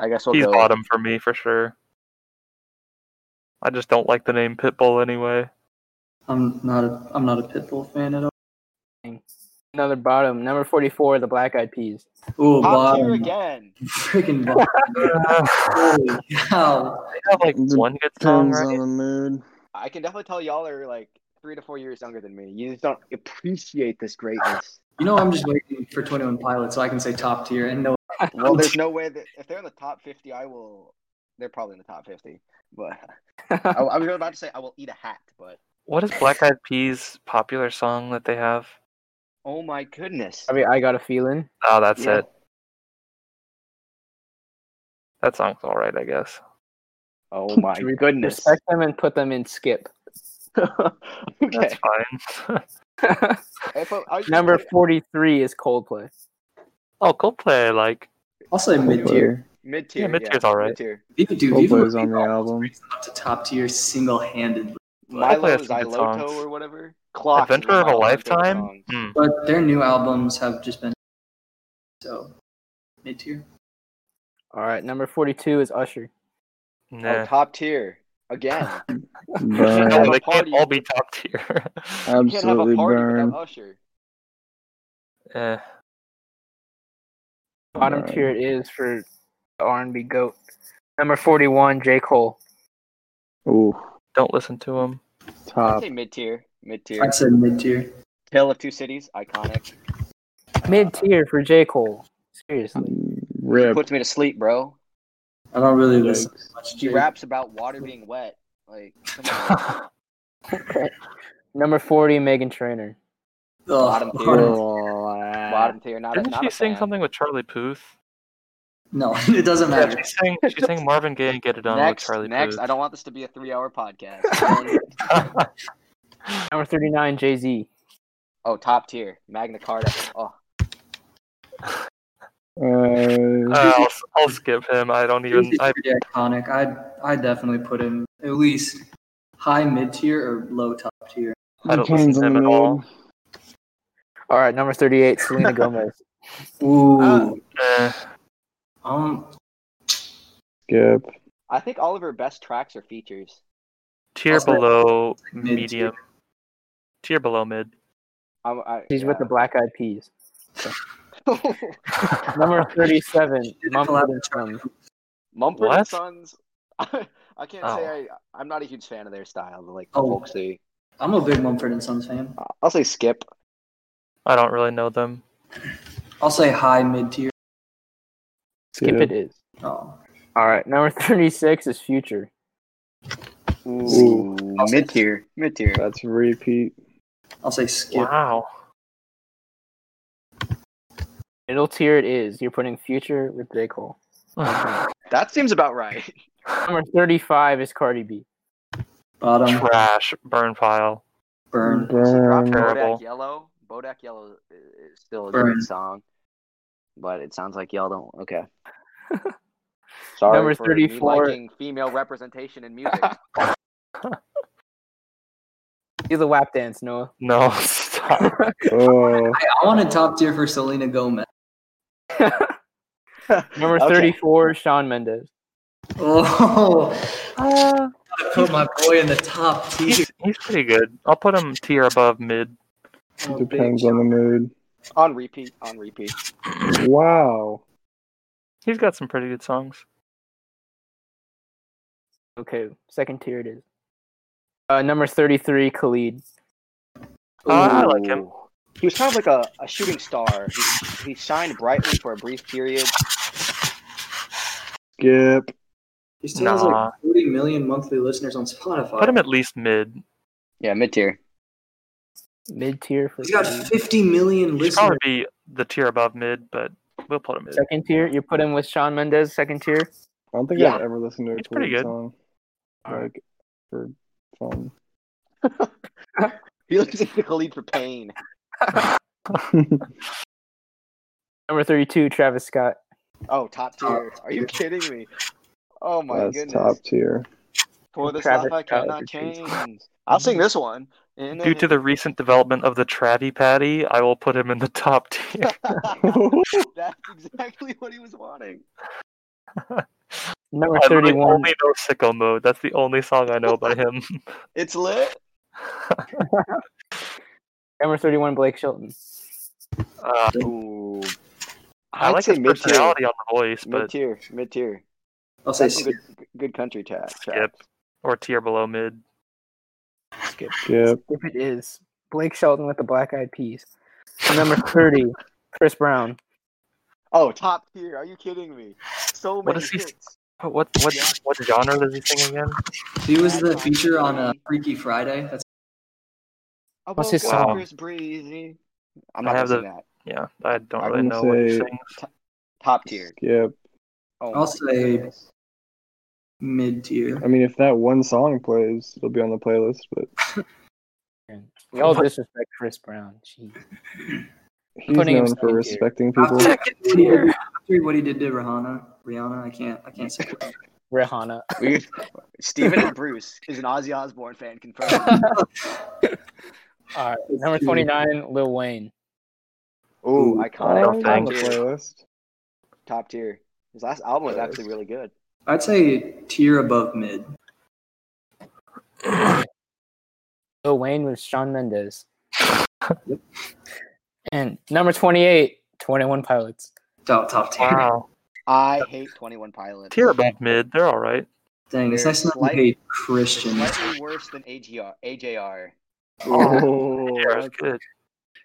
I guess we'll He's go. bottom for me for sure. I just don't like the name Pitbull anyway. I'm not a I'm not a Pitbull fan at all. Another bottom, number forty-four, the Black Eyed Peas. Ooh, Top tier bottom, again. freaking bottom. Holy cow! They have like Depends one good song, Depends on right? the mood. I can definitely tell y'all are like three to four years younger than me. You just don't appreciate this greatness. You know, I'm just waiting for Twenty One Pilots so I can say top tier and no. Well, there's no way that if they're in the top 50, I will. They're probably in the top 50, but I, I was about to say I will eat a hat, but What is Black Eyed Peas' popular song that they have? oh my goodness. I mean, I got a feeling. Oh, that's Yeah. it. That song's all right, I guess. Oh my Should we goodness. Respect them and put them in skip. okay. That's fine. If I- I- Number forty-three is Coldplay. oh, Coldplay, I like I'll say mid tier. mid tier. Yeah, mid-tier's all right. Mid-tier. Viva dude, Viva Coldplay's Latino on the album. raised them up to top tier single handedly, My Coldplay low has is some good Iloto songs. or whatever. Clock. Adventure of a Lifetime. Hmm. but their new albums have just been so mid tier. All right, number forty-two is Usher. Nah. Oh, top tier again. No, have a Burn. they can't party. all be top tier. You can't have a Absolutely party burn. without Usher. Eh, Bottom Alright. tier it is for the R&B goat. Number forty-one, J Cole. Ooh, don't listen to him. I'd top. say mid tier. Mid tier. I'd say mid tier. Tale of Two Cities. Iconic. Mid tier for J Cole. Seriously. Rip. Puts me to sleep, bro. I don't really listen to much. She Jake. raps about water being wet. Like, come on. Number forty, Megan Trainor. Ugh, bottom tier. bottom- Bottom tier. Not a, Didn't not she a sing fan. something with Charlie Puth? No, it doesn't Yeah, matter. she sang, she sang Marvin Gaye and Get It On Next, with Charlie next. I Puth. don't want this to be a three-hour podcast. Number thirty-nine, Jay Z. oh, top tier. Magna Carta. Oh, Uh, Uh, I'll, I'll skip him. I don't He's even. I, pretty iconic. I'd I definitely put him at least high mid tier or low top tier. I don't depends listen on to the him at all. mood. All right, number thirty-eight, Selena Gomez. Ooh, Uh, eh, um, Skip. I think all of her best tracks are features. tier Also- below Mid-tier. medium. Tier below mid. I'm, I, She's with the Black Eyed Peas. the. Number thirty-seven, Mumford and Sons. Mumford What? and Sons. I, can't say I, I'm not a huge fan of their style, like Oh. folksy. Uh, I'm a big Mumford and Sons fan. I'll say skip. I don't really know them. I'll say high mid tier. Skip Yeah. it is. Oh, All right, number thirty-six is Future. Ooh. mid tier, mid tier. That's repeat. I'll say skip. Wow. Middle tier it is. You're putting Future with J Cole. That seems about right. Number thirty-five is Cardi B. Bottom Trash. Burn pile. burn. Drop Burn. Bodak Terrible. Yellow. Bodak Yellow is still a Burn. good song, but it sounds like y'all don't. Okay. Sorry Number for 34. me liking female representation in music. Do the lap dance, Noah. No, stop. Oh, I, I wanted top tier for Selena Gomez. Number Okay. thirty-four, Sean Mendes. Oh, Uh, I put my boy in the top tier. he's, he's pretty good. I'll put him tier above mid. Oh, big depends shout- on the mood. on repeat, on repeat. Wow. He's got some pretty good songs. Okay, second tier it is. Uh, number thirty-three, Khalid. Uh, I like him. Ooh. He was kind of like a, a shooting star. He, he shined brightly for a brief period. Skip. He still has like Nah. 40 million monthly listeners on Spotify. Put him at least mid. Yeah, mid tier. Mid tier for He's got Khalid. 50 million He should listeners. probably be the tier above mid, but we'll put him mid. second tier. You put him with Sean Mendes. Second tier. I don't think Yeah. I've ever listened to a It's pretty Khalid good. song. Like for fun. He looks like the lead for pain. Number thirty-two, Travis Scott. Oh, top tier. Are you kidding me? Oh my That's goodness. top tier. For the Travis stuff I Scott is cannot a change. I'll sing this one. In Due to the recent development of the Travie Patty, I will put him in the top tier. That's exactly what he was wanting. Number I literally 31. only know Sicko Mode. That's the only song I know by him. It's lit. Number 31, Blake Shelton. Uh, Ooh. I I'd like say his mid-tier. personality on the voice, Mid but tier, mid tier. I'll say That's some good, good country chat. skip or tier below mid. Skip. Skip. If it is. Blake Shelton with the Black Eyed Peas. Number 30, Chris Brown. Oh, top tier. Are you kidding me? So What many is he s- hits. What what what, what genre does he sing again? He was the feature on uh, Freaky Friday. That's I What's woke his up song? Chris Breezy. I'm I not have gonna sing that. Yeah, I don't I'm really know gonna what he say- sings. Top tier. Skip. Oh I'll my say- goodness. mid tier. I mean, if that one song plays, it'll be on the playlist. But We all disrespect Chris Brown. Jeez. he's putting him known for second tier. respecting After people. what he did- after what he did to Rihanna, Rihanna, I can't, I can't say. Rihanna. We, Steven and Bruce is an Ozzy Osbourne fan confirmed. All right. Number 29, Lil Wayne. Ooh, iconic. don't I'm on top, the think. tier. playlist. top tier. His last album was actually really good. I'd say tier above mid. Lil Wayne with Sean Mendes. and number 28, 21 Pilots. Top, top tier. Wow, I hate Twenty One Pilots. tier above mid. They're all right. Dang, it's They're nice to not slight- hate They're Christian. Slightly worse than AGR, AJR. Oh, Yeah, that's it's good.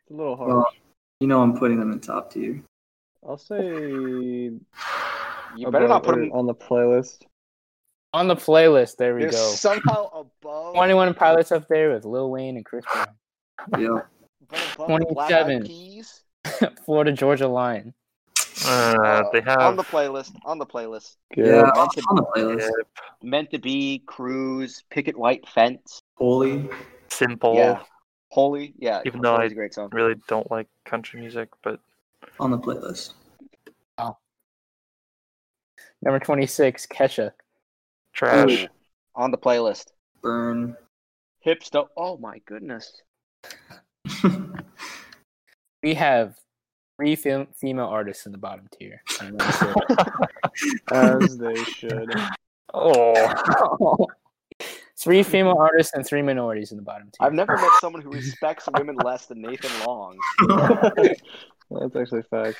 a little hard. Well, you know I'm putting them in top tier. I'll say Oh, You better not put above- them. or on the playlist. On the playlist, there we They're go. somehow above. 21 Pilots up there with Lil Wayne and Chris Brown. Yeah. but above the Black Eyed 27. Peas? Florida Georgia Lion. Uh, they have on the playlist. On the playlist. Yeah. Yeah, Meant to, on the playlist. yeah, meant to be. Cruise. Picket White Fence. Holy. simple. Yeah. Holy. Yeah. Even though I- it's a great song. Really don't like country music, but On the playlist. Number 26, Kesha. trash. Ooh, on the playlist. Burn. Hipster. Oh my goodness. We have three fem- female artists in the bottom tier. I don't know what to say. As they should. Oh, three female artists and three minorities in the bottom tier. I've never met someone who respects women less than Nathan Long. That's actually facts.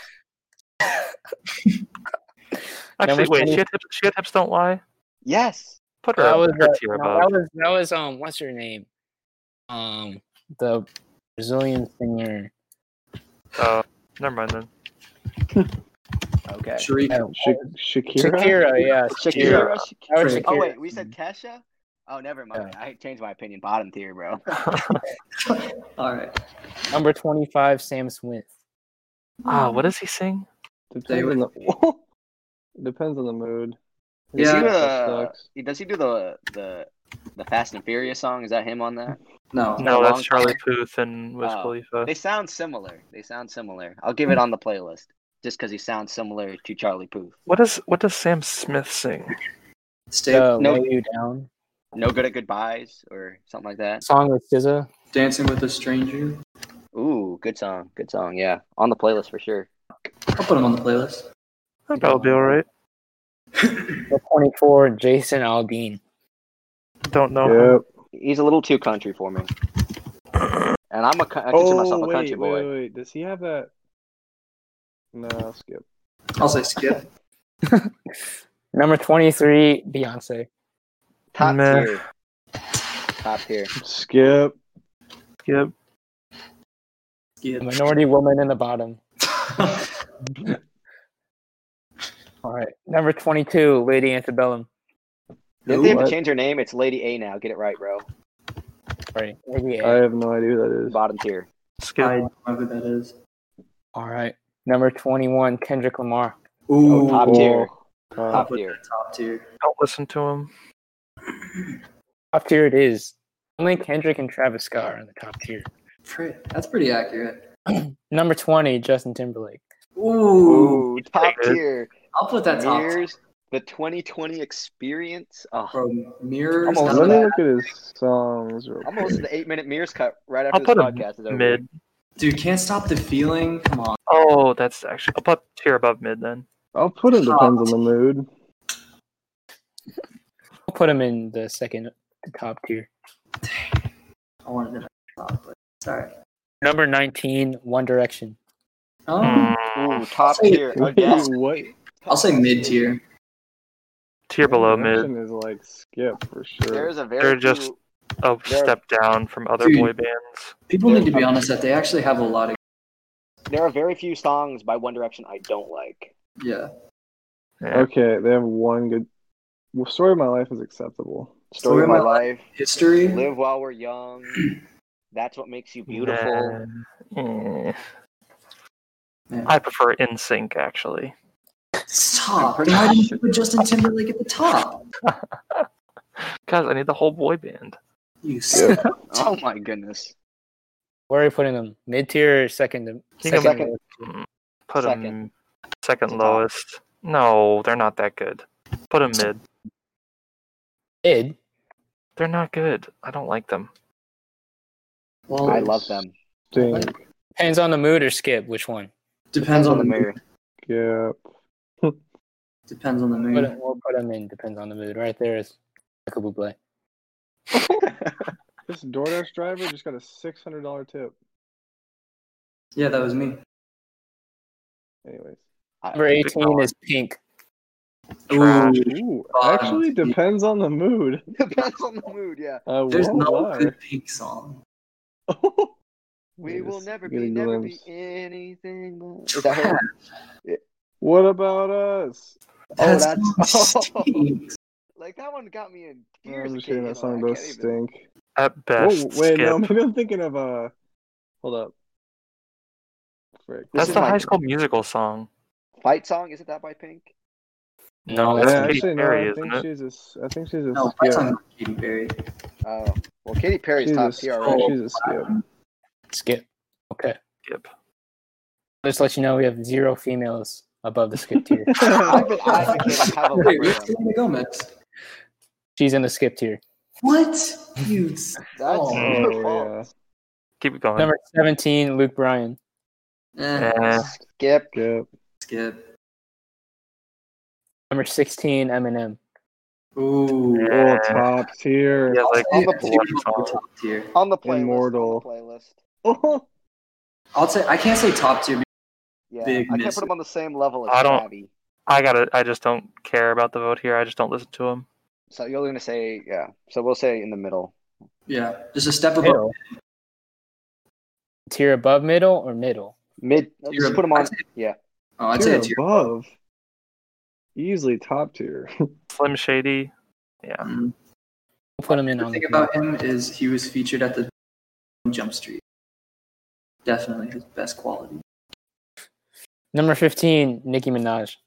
Number actually, 20 wait. She had, hips, she had hips. Don't lie. Yes. Put her, that up was, her uh, tier no, above. that was that was um what's her name? Um the Brazilian singer. Uh, never mind then. Okay. Sharika. No, Sha- Shakira. oh, Shakira, yeah. Shakira. Shakira. Shak- That was Shakira. Oh wait, we said Kesha. Oh, never mind. I changed my opinion. Bottom tier, bro. All right. Number twenty five, Sam Smith. Ah, what does he sing? They Depends were- on the depends on the mood. Does he Yeah. do That sucks. the, does he do the the the Fast and Furious song? Is that him on that? No. No, Long that's Charlie Time. Puth and Wiz Oh. Khalifa. They sound similar. They sound similar. I'll give it on the playlist just because he sounds similar to Charlie Puth. What does what does Sam Smith sing? Stay. The no. Lay You Down. No good at goodbyes or something like that. Song with SZA. Dancing with a stranger. Ooh, good song. Good song. Yeah, on the playlist for sure. I'll put them on the playlist. That'll probably be all right. Number twenty four, Jason Aldean. Don't know. him. Yep. He's a little too country for me. And I'm a, co- I consider Oh myself a country wait, wait, boy. wait, wait. Does he have that? No, skip. I'll say skip. Number twenty three, Beyonce. Top Meh. tier. Top tier. Skip. Yep. The Skip. minority woman in the bottom. All right. Number twenty two, Lady Antebellum. Did they have What? to change her name? It's Lady A now. Get it right, bro. Right. Lady A. I have no idea who that is. Bottom tier. Skip. I don't know who that is. All right. Number 21, Kendrick Lamar. Ooh. Top Oh. tier. Uh, Top tier. Top tier. Don't listen to him. Top tier it is. Only Kendrick and Travis Scott are in the top tier. Pretty- That's pretty accurate. Number 20, Justin Timberlake. Ooh. Ooh, top pretty good. tier. I'll put that top tier. Mirrors the 2020 experience. Oh, Bro, mirrors. Almost none let of me that. that. look at his songs. Real I'm gonna listen to the eight minute mirrors cut right after I'll this put him podcast is over. Mid. Dude, can't stop the feeling. Come on. Oh, that's actually. I'll put tier above mid then. I'll put it depends on the mood. I'll put him in the second top tier. I wanted it at the top, but it's all right. Number 19, One Direction. Hmm. Um, Hmm. Ooh, top Wait, tier again. what? I'll say mid tier. Tier below mid, Direction Is like skip for sure. There's a very They're few- just- a They're- step down from other Dude. boy bands. People need to be honest that they actually have a lot of there are very few songs by One Direction I don't like. yeah. Yeah. Okay, they have one good. Well, story of my life is acceptable. Story of my life, History. live while we're young. That's what makes you beautiful. Nah. Eh. Yeah. I prefer In Sync actually. Stop. Then Why didn't you put Justin Timberlake at the top? Guys, I need the whole boy band. You Yeah. s Oh my goodness. Where are you putting him? Mid tier or second? to- Think of- second. Hmm. Put Second. them second Top. lowest. No, they're not that good. Put them mid. Mid. They're not good. I don't like them. Well, I love them. Dang, Depends on the mood or skip. Which one? depends on the mood. skip. Depends on the Put mood. him, we'll put him in. Depends on the mood. Right there is Michael Bublé. This DoorDash driver just got a six hundred dollar tip. Yeah, that was me. Anyways, Number 18 is Pink. Trash. Ooh, ooh, God. actually depends on the mood. Depends on the mood, yeah. I there's won't no lie. good pink song. We will never Get a be, never be glimpse. anything. But... Is that Trash. her? What about us? Oh, That song that's- oh, stinks. Like that one got me in tears. I'm just kid, kidding. you know, That song I does can't even- stink. At Oh best, wait, skip. no, maybe I'm thinking of uh. Hold up. Frick. This That's is the my- High School Musical song. Fight song, is it that by Pink? No, No, that's yeah, Katy actually, no, Perry, I isn't think it? she's a. s- I think she's a No, my skip. song is Katy Perry. Oh, well, Katy Perry's She's a, top s- tier already. she's a skip. skip. Okay. Skip. Just let you know we have zero females above the skip tier. I've been advocating have a look Wait, at where's them. Selena Gomez? She's in the skip tier. What? You s- That's Oh. your Oh, fault. Keep it going. Number 17, Luke Bryan. eh, Eh, Skip. Skip. skip. Number 16, Eminem. Ooh. Yeah. Oh, top tier. yeah, like on the I'd say blood we're song. top tier. On the playlist. Immortal. On the playlist. Oh, I'll say I can't say top tier. Yeah. Big I can't miss. put him on the same level as I don't- Abby. I gotta. I just don't care about the vote here. I just don't listen to him. So you're gonna say yeah. So we'll say in the middle. Yeah, just a step above. Middle. Tier above middle or middle? Mid let's You're just a- put him on I'd say- yeah. Oh, I'd tier say a tier. above. Easily top tier. Slim Shady. Yeah. Mm. We'll put him in The on thing the about him is he was featured at the Jump Street. Definitely his best quality. Number 15, Nicki Minaj.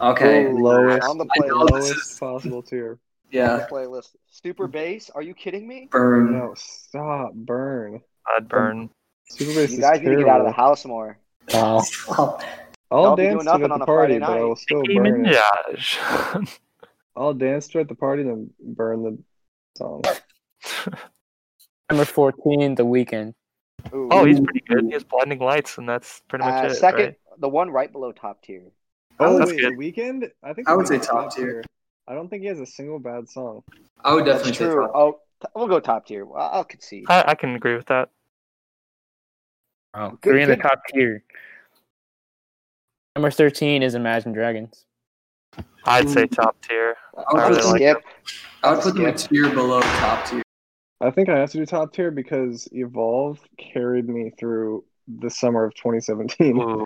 Okay. Ooh, Lowest. on the I know playlist. this Lowest is- possible tier. On Yeah. the playlist. Super bass? Are you kidding me? Burn. No, stop. Burn. Oh, I'd burn. Super bass You is guys need to get out of terrible. the house more. Wow. Well, I'll Y'all be dance doing to it nothing at on the a party, Friday but I night. will still Nicki burn it. Minaj. I'll dance to it at the party and burn the song. Number 14, The Weeknd. Ooh. oh, he's pretty good. He has blinding lights, and that's pretty much Uh, it. second, right? the one right below top tier. Oh That's wait, good. the weekend? I think I The would say Weeknd's top tier. I don't think he has a single bad song. I would That's definitely say true. top. Oh, t- we'll go top tier. Well, I'll concede. I, I can agree with that. Wow. Good- Three in the good. top tier. Number 13 is Imagine Dragons. I'd say Mm. top tier. I I would would just like skip. I would put them a tier below top tier. I think I have to do top tier because Evolve carried me through the summer of Mm. 2017. Ooh.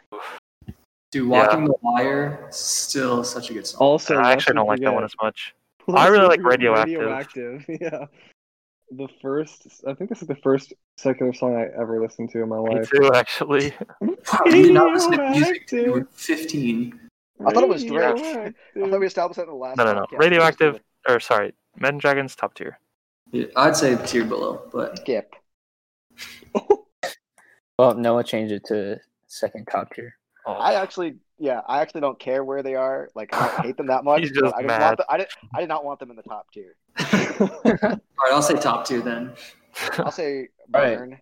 Dude, Walking the Wire, still such a good song. Also, I lest actually we don't like that forget- one as much. lest I really we like forget Radioactive. Radioactive, yeah. The first, I think this is the first secular song I ever listened to in my Me life. too, actually. Wow, you did not listen to music till you were 15. I thought it was Drift. Radioactive. I thought we established that in the last. No, no, no. podcast. Radioactive, or sorry, Men Dragons, top tier. Yeah, I'd say tier below, but Skip. Well, Noah changed it to second top tier. Oh, I actually, yeah, I actually don't care where they are. Like, I don't hate them that much. He's but just I just mad. want the, I did. I did not want them in the top tier. all right, I'll say top tier then. I'll say Right. burn.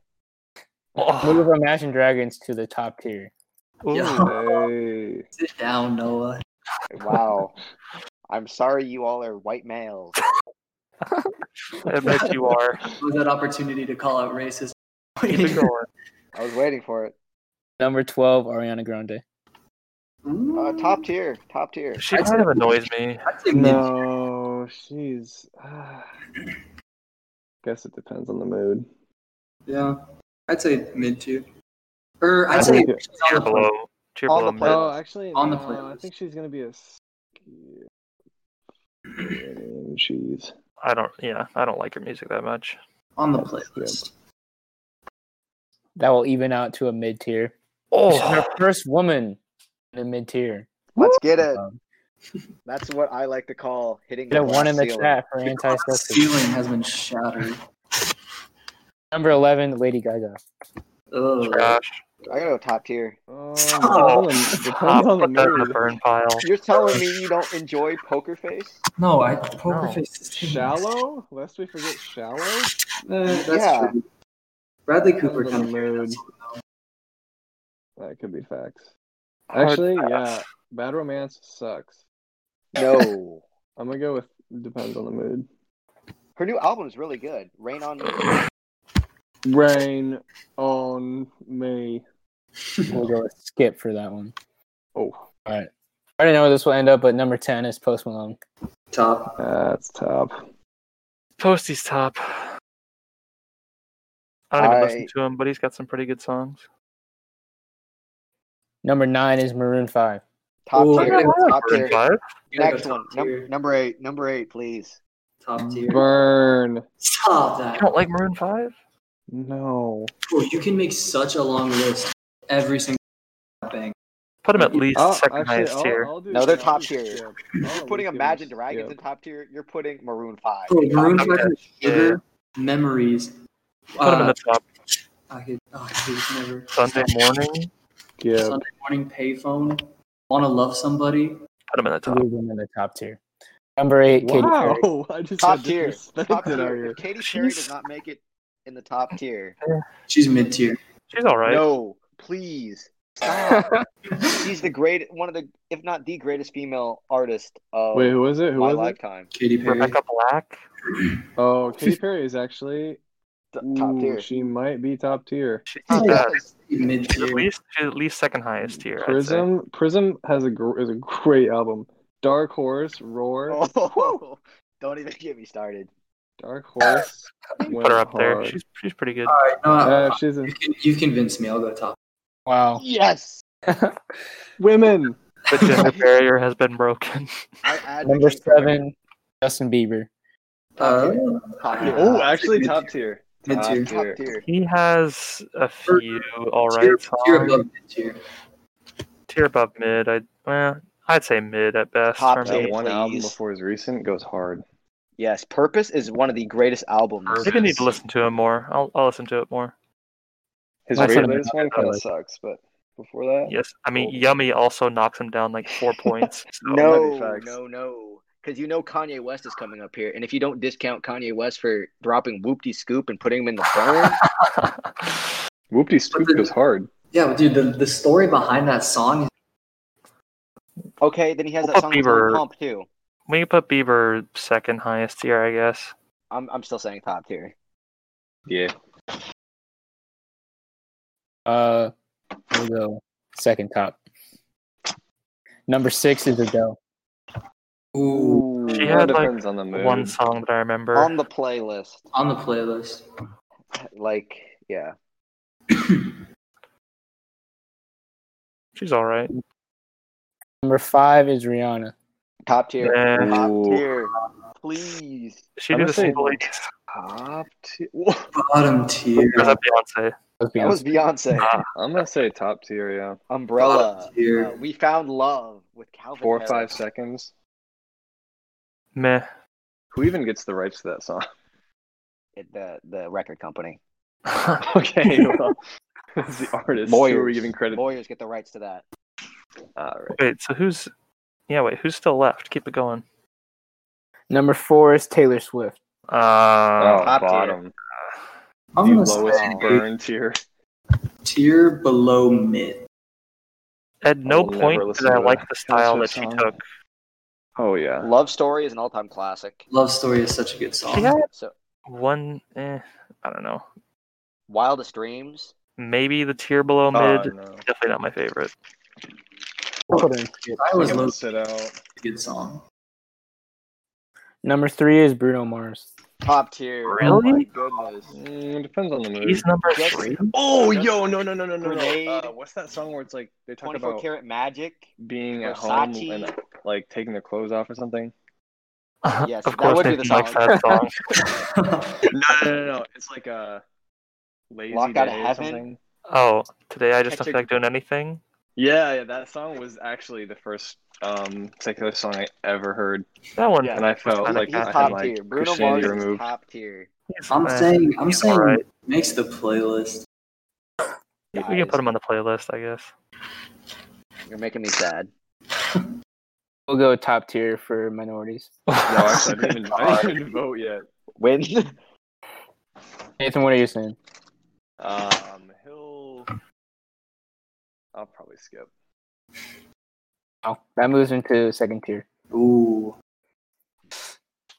Move oh. Imagine Dragons to the top tier. Ooh. Yeah. Hey. Sit down, Noah. Wow. I'm sorry you all are white males. I bet you are. was that opportunity to call out racism. Keep it going. I was waiting for it. Number 12, Ariana Grande. Uh, Ooh, top tier, top tier. She kind of annoys me. I'd say mid- No, she's. guess it depends on the mood. Yeah, I'd say mid tier. Or I I'd say think it- she's on Tier the below. front. Tier All below. the mid. players. Oh, actually, On the no, I playlist. think she's gonna be a. s- She's I don't. Yeah, I don't like her music that much. on the That's good. playlist. That will even out to a mid tier. She's our Oh, first woman in the mid tier. Let's get it. Um, That's what I like to call hitting Get a glass one in the ceiling. chat for anti The ceiling has been shattered. Number 11, Lady Gaga. Ugh. gosh. I gotta go top tier. Um, Oh, depends on- I'll depends on the put that in the mood. burn pile. You're telling me you don't enjoy Poker Face? No, I poker No. face is taking- Shallow? Lest we forget shallow. Uh, that's Yeah. true. Bradley Depends Cooper on the kind of. mood. That could be facts. Hard Actually, pass. yeah, Bad Romance sucks. No. I'm gonna go with depends on the mood. Her new album is really good. Rain on Me. Rain on me. We'll go with skip for that one. Oh, All right. I don't know where this will end up, but number 10 is Post Malone. Top. that's top. Posty's top. I don't even I- listen to him, but he's got some pretty good songs. Number 9 is Maroon 5. Top Ooh. tier. Yeah, Top Burn tier. five. Gotta go Next top one. Num- tier. number eight. Number eight, please. Top Mm. tier. Burn. Stop You that. don't like Maroon Five? No. Bro, you can make such a long list. Every single thing. Put him at least Oh, second actually, highest I'll- tier. I'll do- No, they're I'll top do tier. skip. I'll Oh, You're putting at least give Imagine them a Dragons in skip. top tier. You're putting Maroon Five. Bro, Maroon okay. Five has sugar memories. Put him in Uh, the top. I could, oh, I could never. Sunday morning. Skip. Sunday morning payphone. Want to love somebody? Put him in the She top. is in the top tier. Number 8, Katy Perry. Wow, I just Top got tier. disrespected out Top tier. here. If Katy Perry She's- does not make it in the top tier, She's mid tier. She's all right. no, please stop. She's the great, one of the, if not the greatest female artist of Wait, who is it? Who was Oh, my it? lifetime. Katy Perry. Rebecca Black. Oh, Katy Perry is actually T- top ooh, tier. She might be top tier. She's Oh, not yeah. bad. Mid She's at tier. least she's at least second highest tier. I'd say. Prism. Prism has a gr- is a great album. Dark Horse, Roar, Oh, don't even get me started. Dark Horse. Put her up there. She's she's pretty good. All right, no, yeah, if she's you in can, you've convinced me. I'll go top. Wow. Yes, women. The gender barrier has been broken. I advocate Number for 7, Justin Bieber. Top Uh, tier. Top tier. Oh, actually mid-tier. top tier. mid Top tier. top tier. He has a few all right Tier, tier songs. above mid tier. Tier above mid. I well, I'd say mid at best. Top for tier. me. That one album before his recent goes hard. Yes, Purpose is one of the greatest albums. I think I need to listen to him more. I'll I'll listen to it more. His That's very what I latest one I kind of like. sucks, but before that, Yes, I mean Cool. Yummy also knocks him down like four points. So No, facts. no, no. Because you know Kanye West is coming up here, and if you don't discount Kanye West for dropping Whoopty Scoop and putting him in the burn, Whoopty Scoop But the- goes hard. Yeah, but dude, the, the story behind that song. okay, then he has We'll that put song that's on Bieber- Pump too. we can put Bieber second highest tier, I guess. I'm I'm still saying top tier. Yeah. Uh, we'll go second top. Number 6 is Adele. Ooh, She had like on the one song that I remember. on the playlist. on the playlist. Like, yeah. She's all right. Number 5 is Rihanna. Top tier. Yeah. Top Ooh. tier. Please. She I'm did gonna the say- single. Ladies. Top tier. Bottom tier. Or Was that Let's be That was honest. Beyonce. Beyonce? Uh, I'm gonna say top tier. Yeah. Umbrella. Bottom tier. Uh, we found love with Calvin. Four or five Harris. seconds. meh. Who even gets the rights to that song? It- the the record company. Okay, well, it's the artist. Boy, who are we Lawyers. giving credit? Lawyers get the rights to that. All right. wait, so who's? Yeah, wait, who's still left? Keep it going. Number 4 is Taylor Swift. Uh, Top tier. Oh, bottom. I'm the gonna lowest say burn tier. tier below mid. At I no will never point listen did I to a like the style Taylor that Swift she song. took Oh yeah. Love Story is an all-time classic. Love Story is such a good song. Yeah. So One, eh, I don't know. Wildest Dreams. Maybe the tier below Oh, mid. no. Definitely not my favorite. I always Give love this it out. a good song. Number three is Bruno Mars. Top tier. Really? Oh my goodness. Mm, depends on the mood. He's number Yes. three. Oh, Just yo, no, no, no, no, no, no. Grenade. Uh, what's that song where it's like they talk 24 about karat magic. being at home Versace. and uh, like taking their clothes off or something? Yes, of that course, would be Nathan the likes song. that song. No, no, no, no. It's like a lazy Locked Outta day or Heaven? something. Oh, today I just don't Hector- feel like doing anything. Yeah, yeah. That song was actually the first um secular song I ever heard, That one. eh, Yeah. and I felt He's like He's I had top like tier. Bruno Mars Christianity is removed. top tier. I'm uh, saying, I'm he's saying, alright. makes the playlist. We can Guys. put him on the playlist, I guess. You're making me sad. We'll go top tier for minorities. No, actually, I didn't, even, I didn't even vote yet. Win. Nathan, what are you saying? Um, he'll. I'll probably skip. Oh, that moves into second tier. Ooh.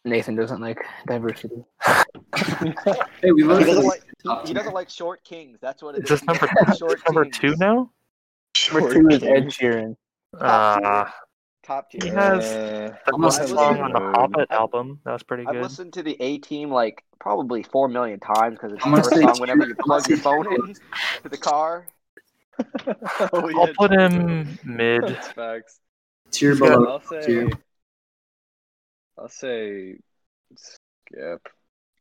Nathan doesn't like diversity. Hey, we he voted for doesn't the like top he tier. doesn't like short kings. That's what it Is this is. He number doesn't like is this number two kings. now? Number two is Ed Sheeran. Top Uh, tier. Top He tier. Yeah. has Uh, the Almost one every song on the mood. Hobbit album. That was pretty I've good. listened to the A Team like probably four million times because it's I'm the gonna first say song whenever you Sheeran. plug your phone in to the car. oh, yeah, I'll put him mid. That's facts. tier got- below. I'll say. tier. I'll say. Skip.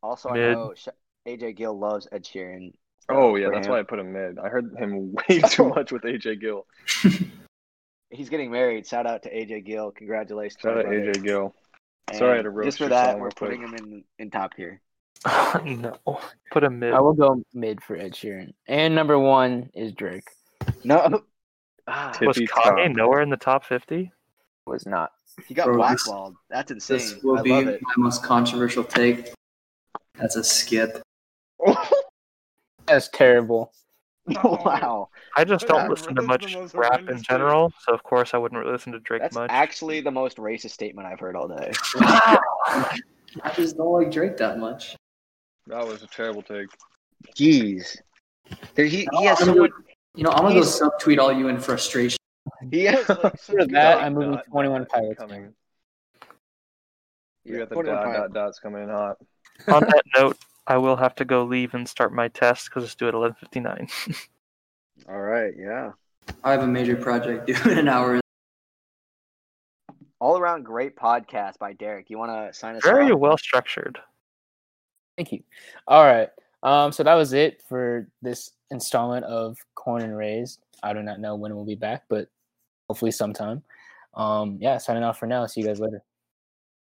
Also, I Mid. know Sh- AJ Gill loves Ed Sheeran. Oh yeah, for that's him. why I put him mid. I heard him way too much with AJ Gill. He's getting married. Shout out to AJ Gill. Congratulations. Shout my out brother. AJ Gill. And Sorry I had to roast Just for your that, song we're real quick. putting him in, in top tier. no, put him mid. I will go mid for Ed Sheeran. And number one is Drake. No, ah, Tip- Was Tippy Kanye top. nowhere in the top fifty? Was not. he got Bro, this- blackballed. That's insane. This will I be love it. my most controversial take. That's a skip. Oh. That's terrible. wow, I just Yeah, don't listen to Drake's much the most rap horrendous in dude. general, so of course I wouldn't really listen to Drake that's much. actually the most racist statement I've heard all day. I just don't like Drake that much. That was a terrible take. Jeez, Dude, he, he has I'm so gonna much. go- You know, I'm gonna go subtweet all you in frustration. He has like, such For that, dark- I'm moving dot, 21 dot Pilots coming. down. We got the Put it in dot pile. dot dots coming in hot. On that note, I will have to go leave and start my test because it's due at eleven fifty nine. All right, yeah. I have a major project due in an hour. All around great podcast by Derek. You want to sign us? Very off? well structured. Thank you. All right. Um, so that was it for this installment of Corn and Raised. I do not know when we'll be back, but hopefully sometime. Um, yeah, signing off for now. See you guys later.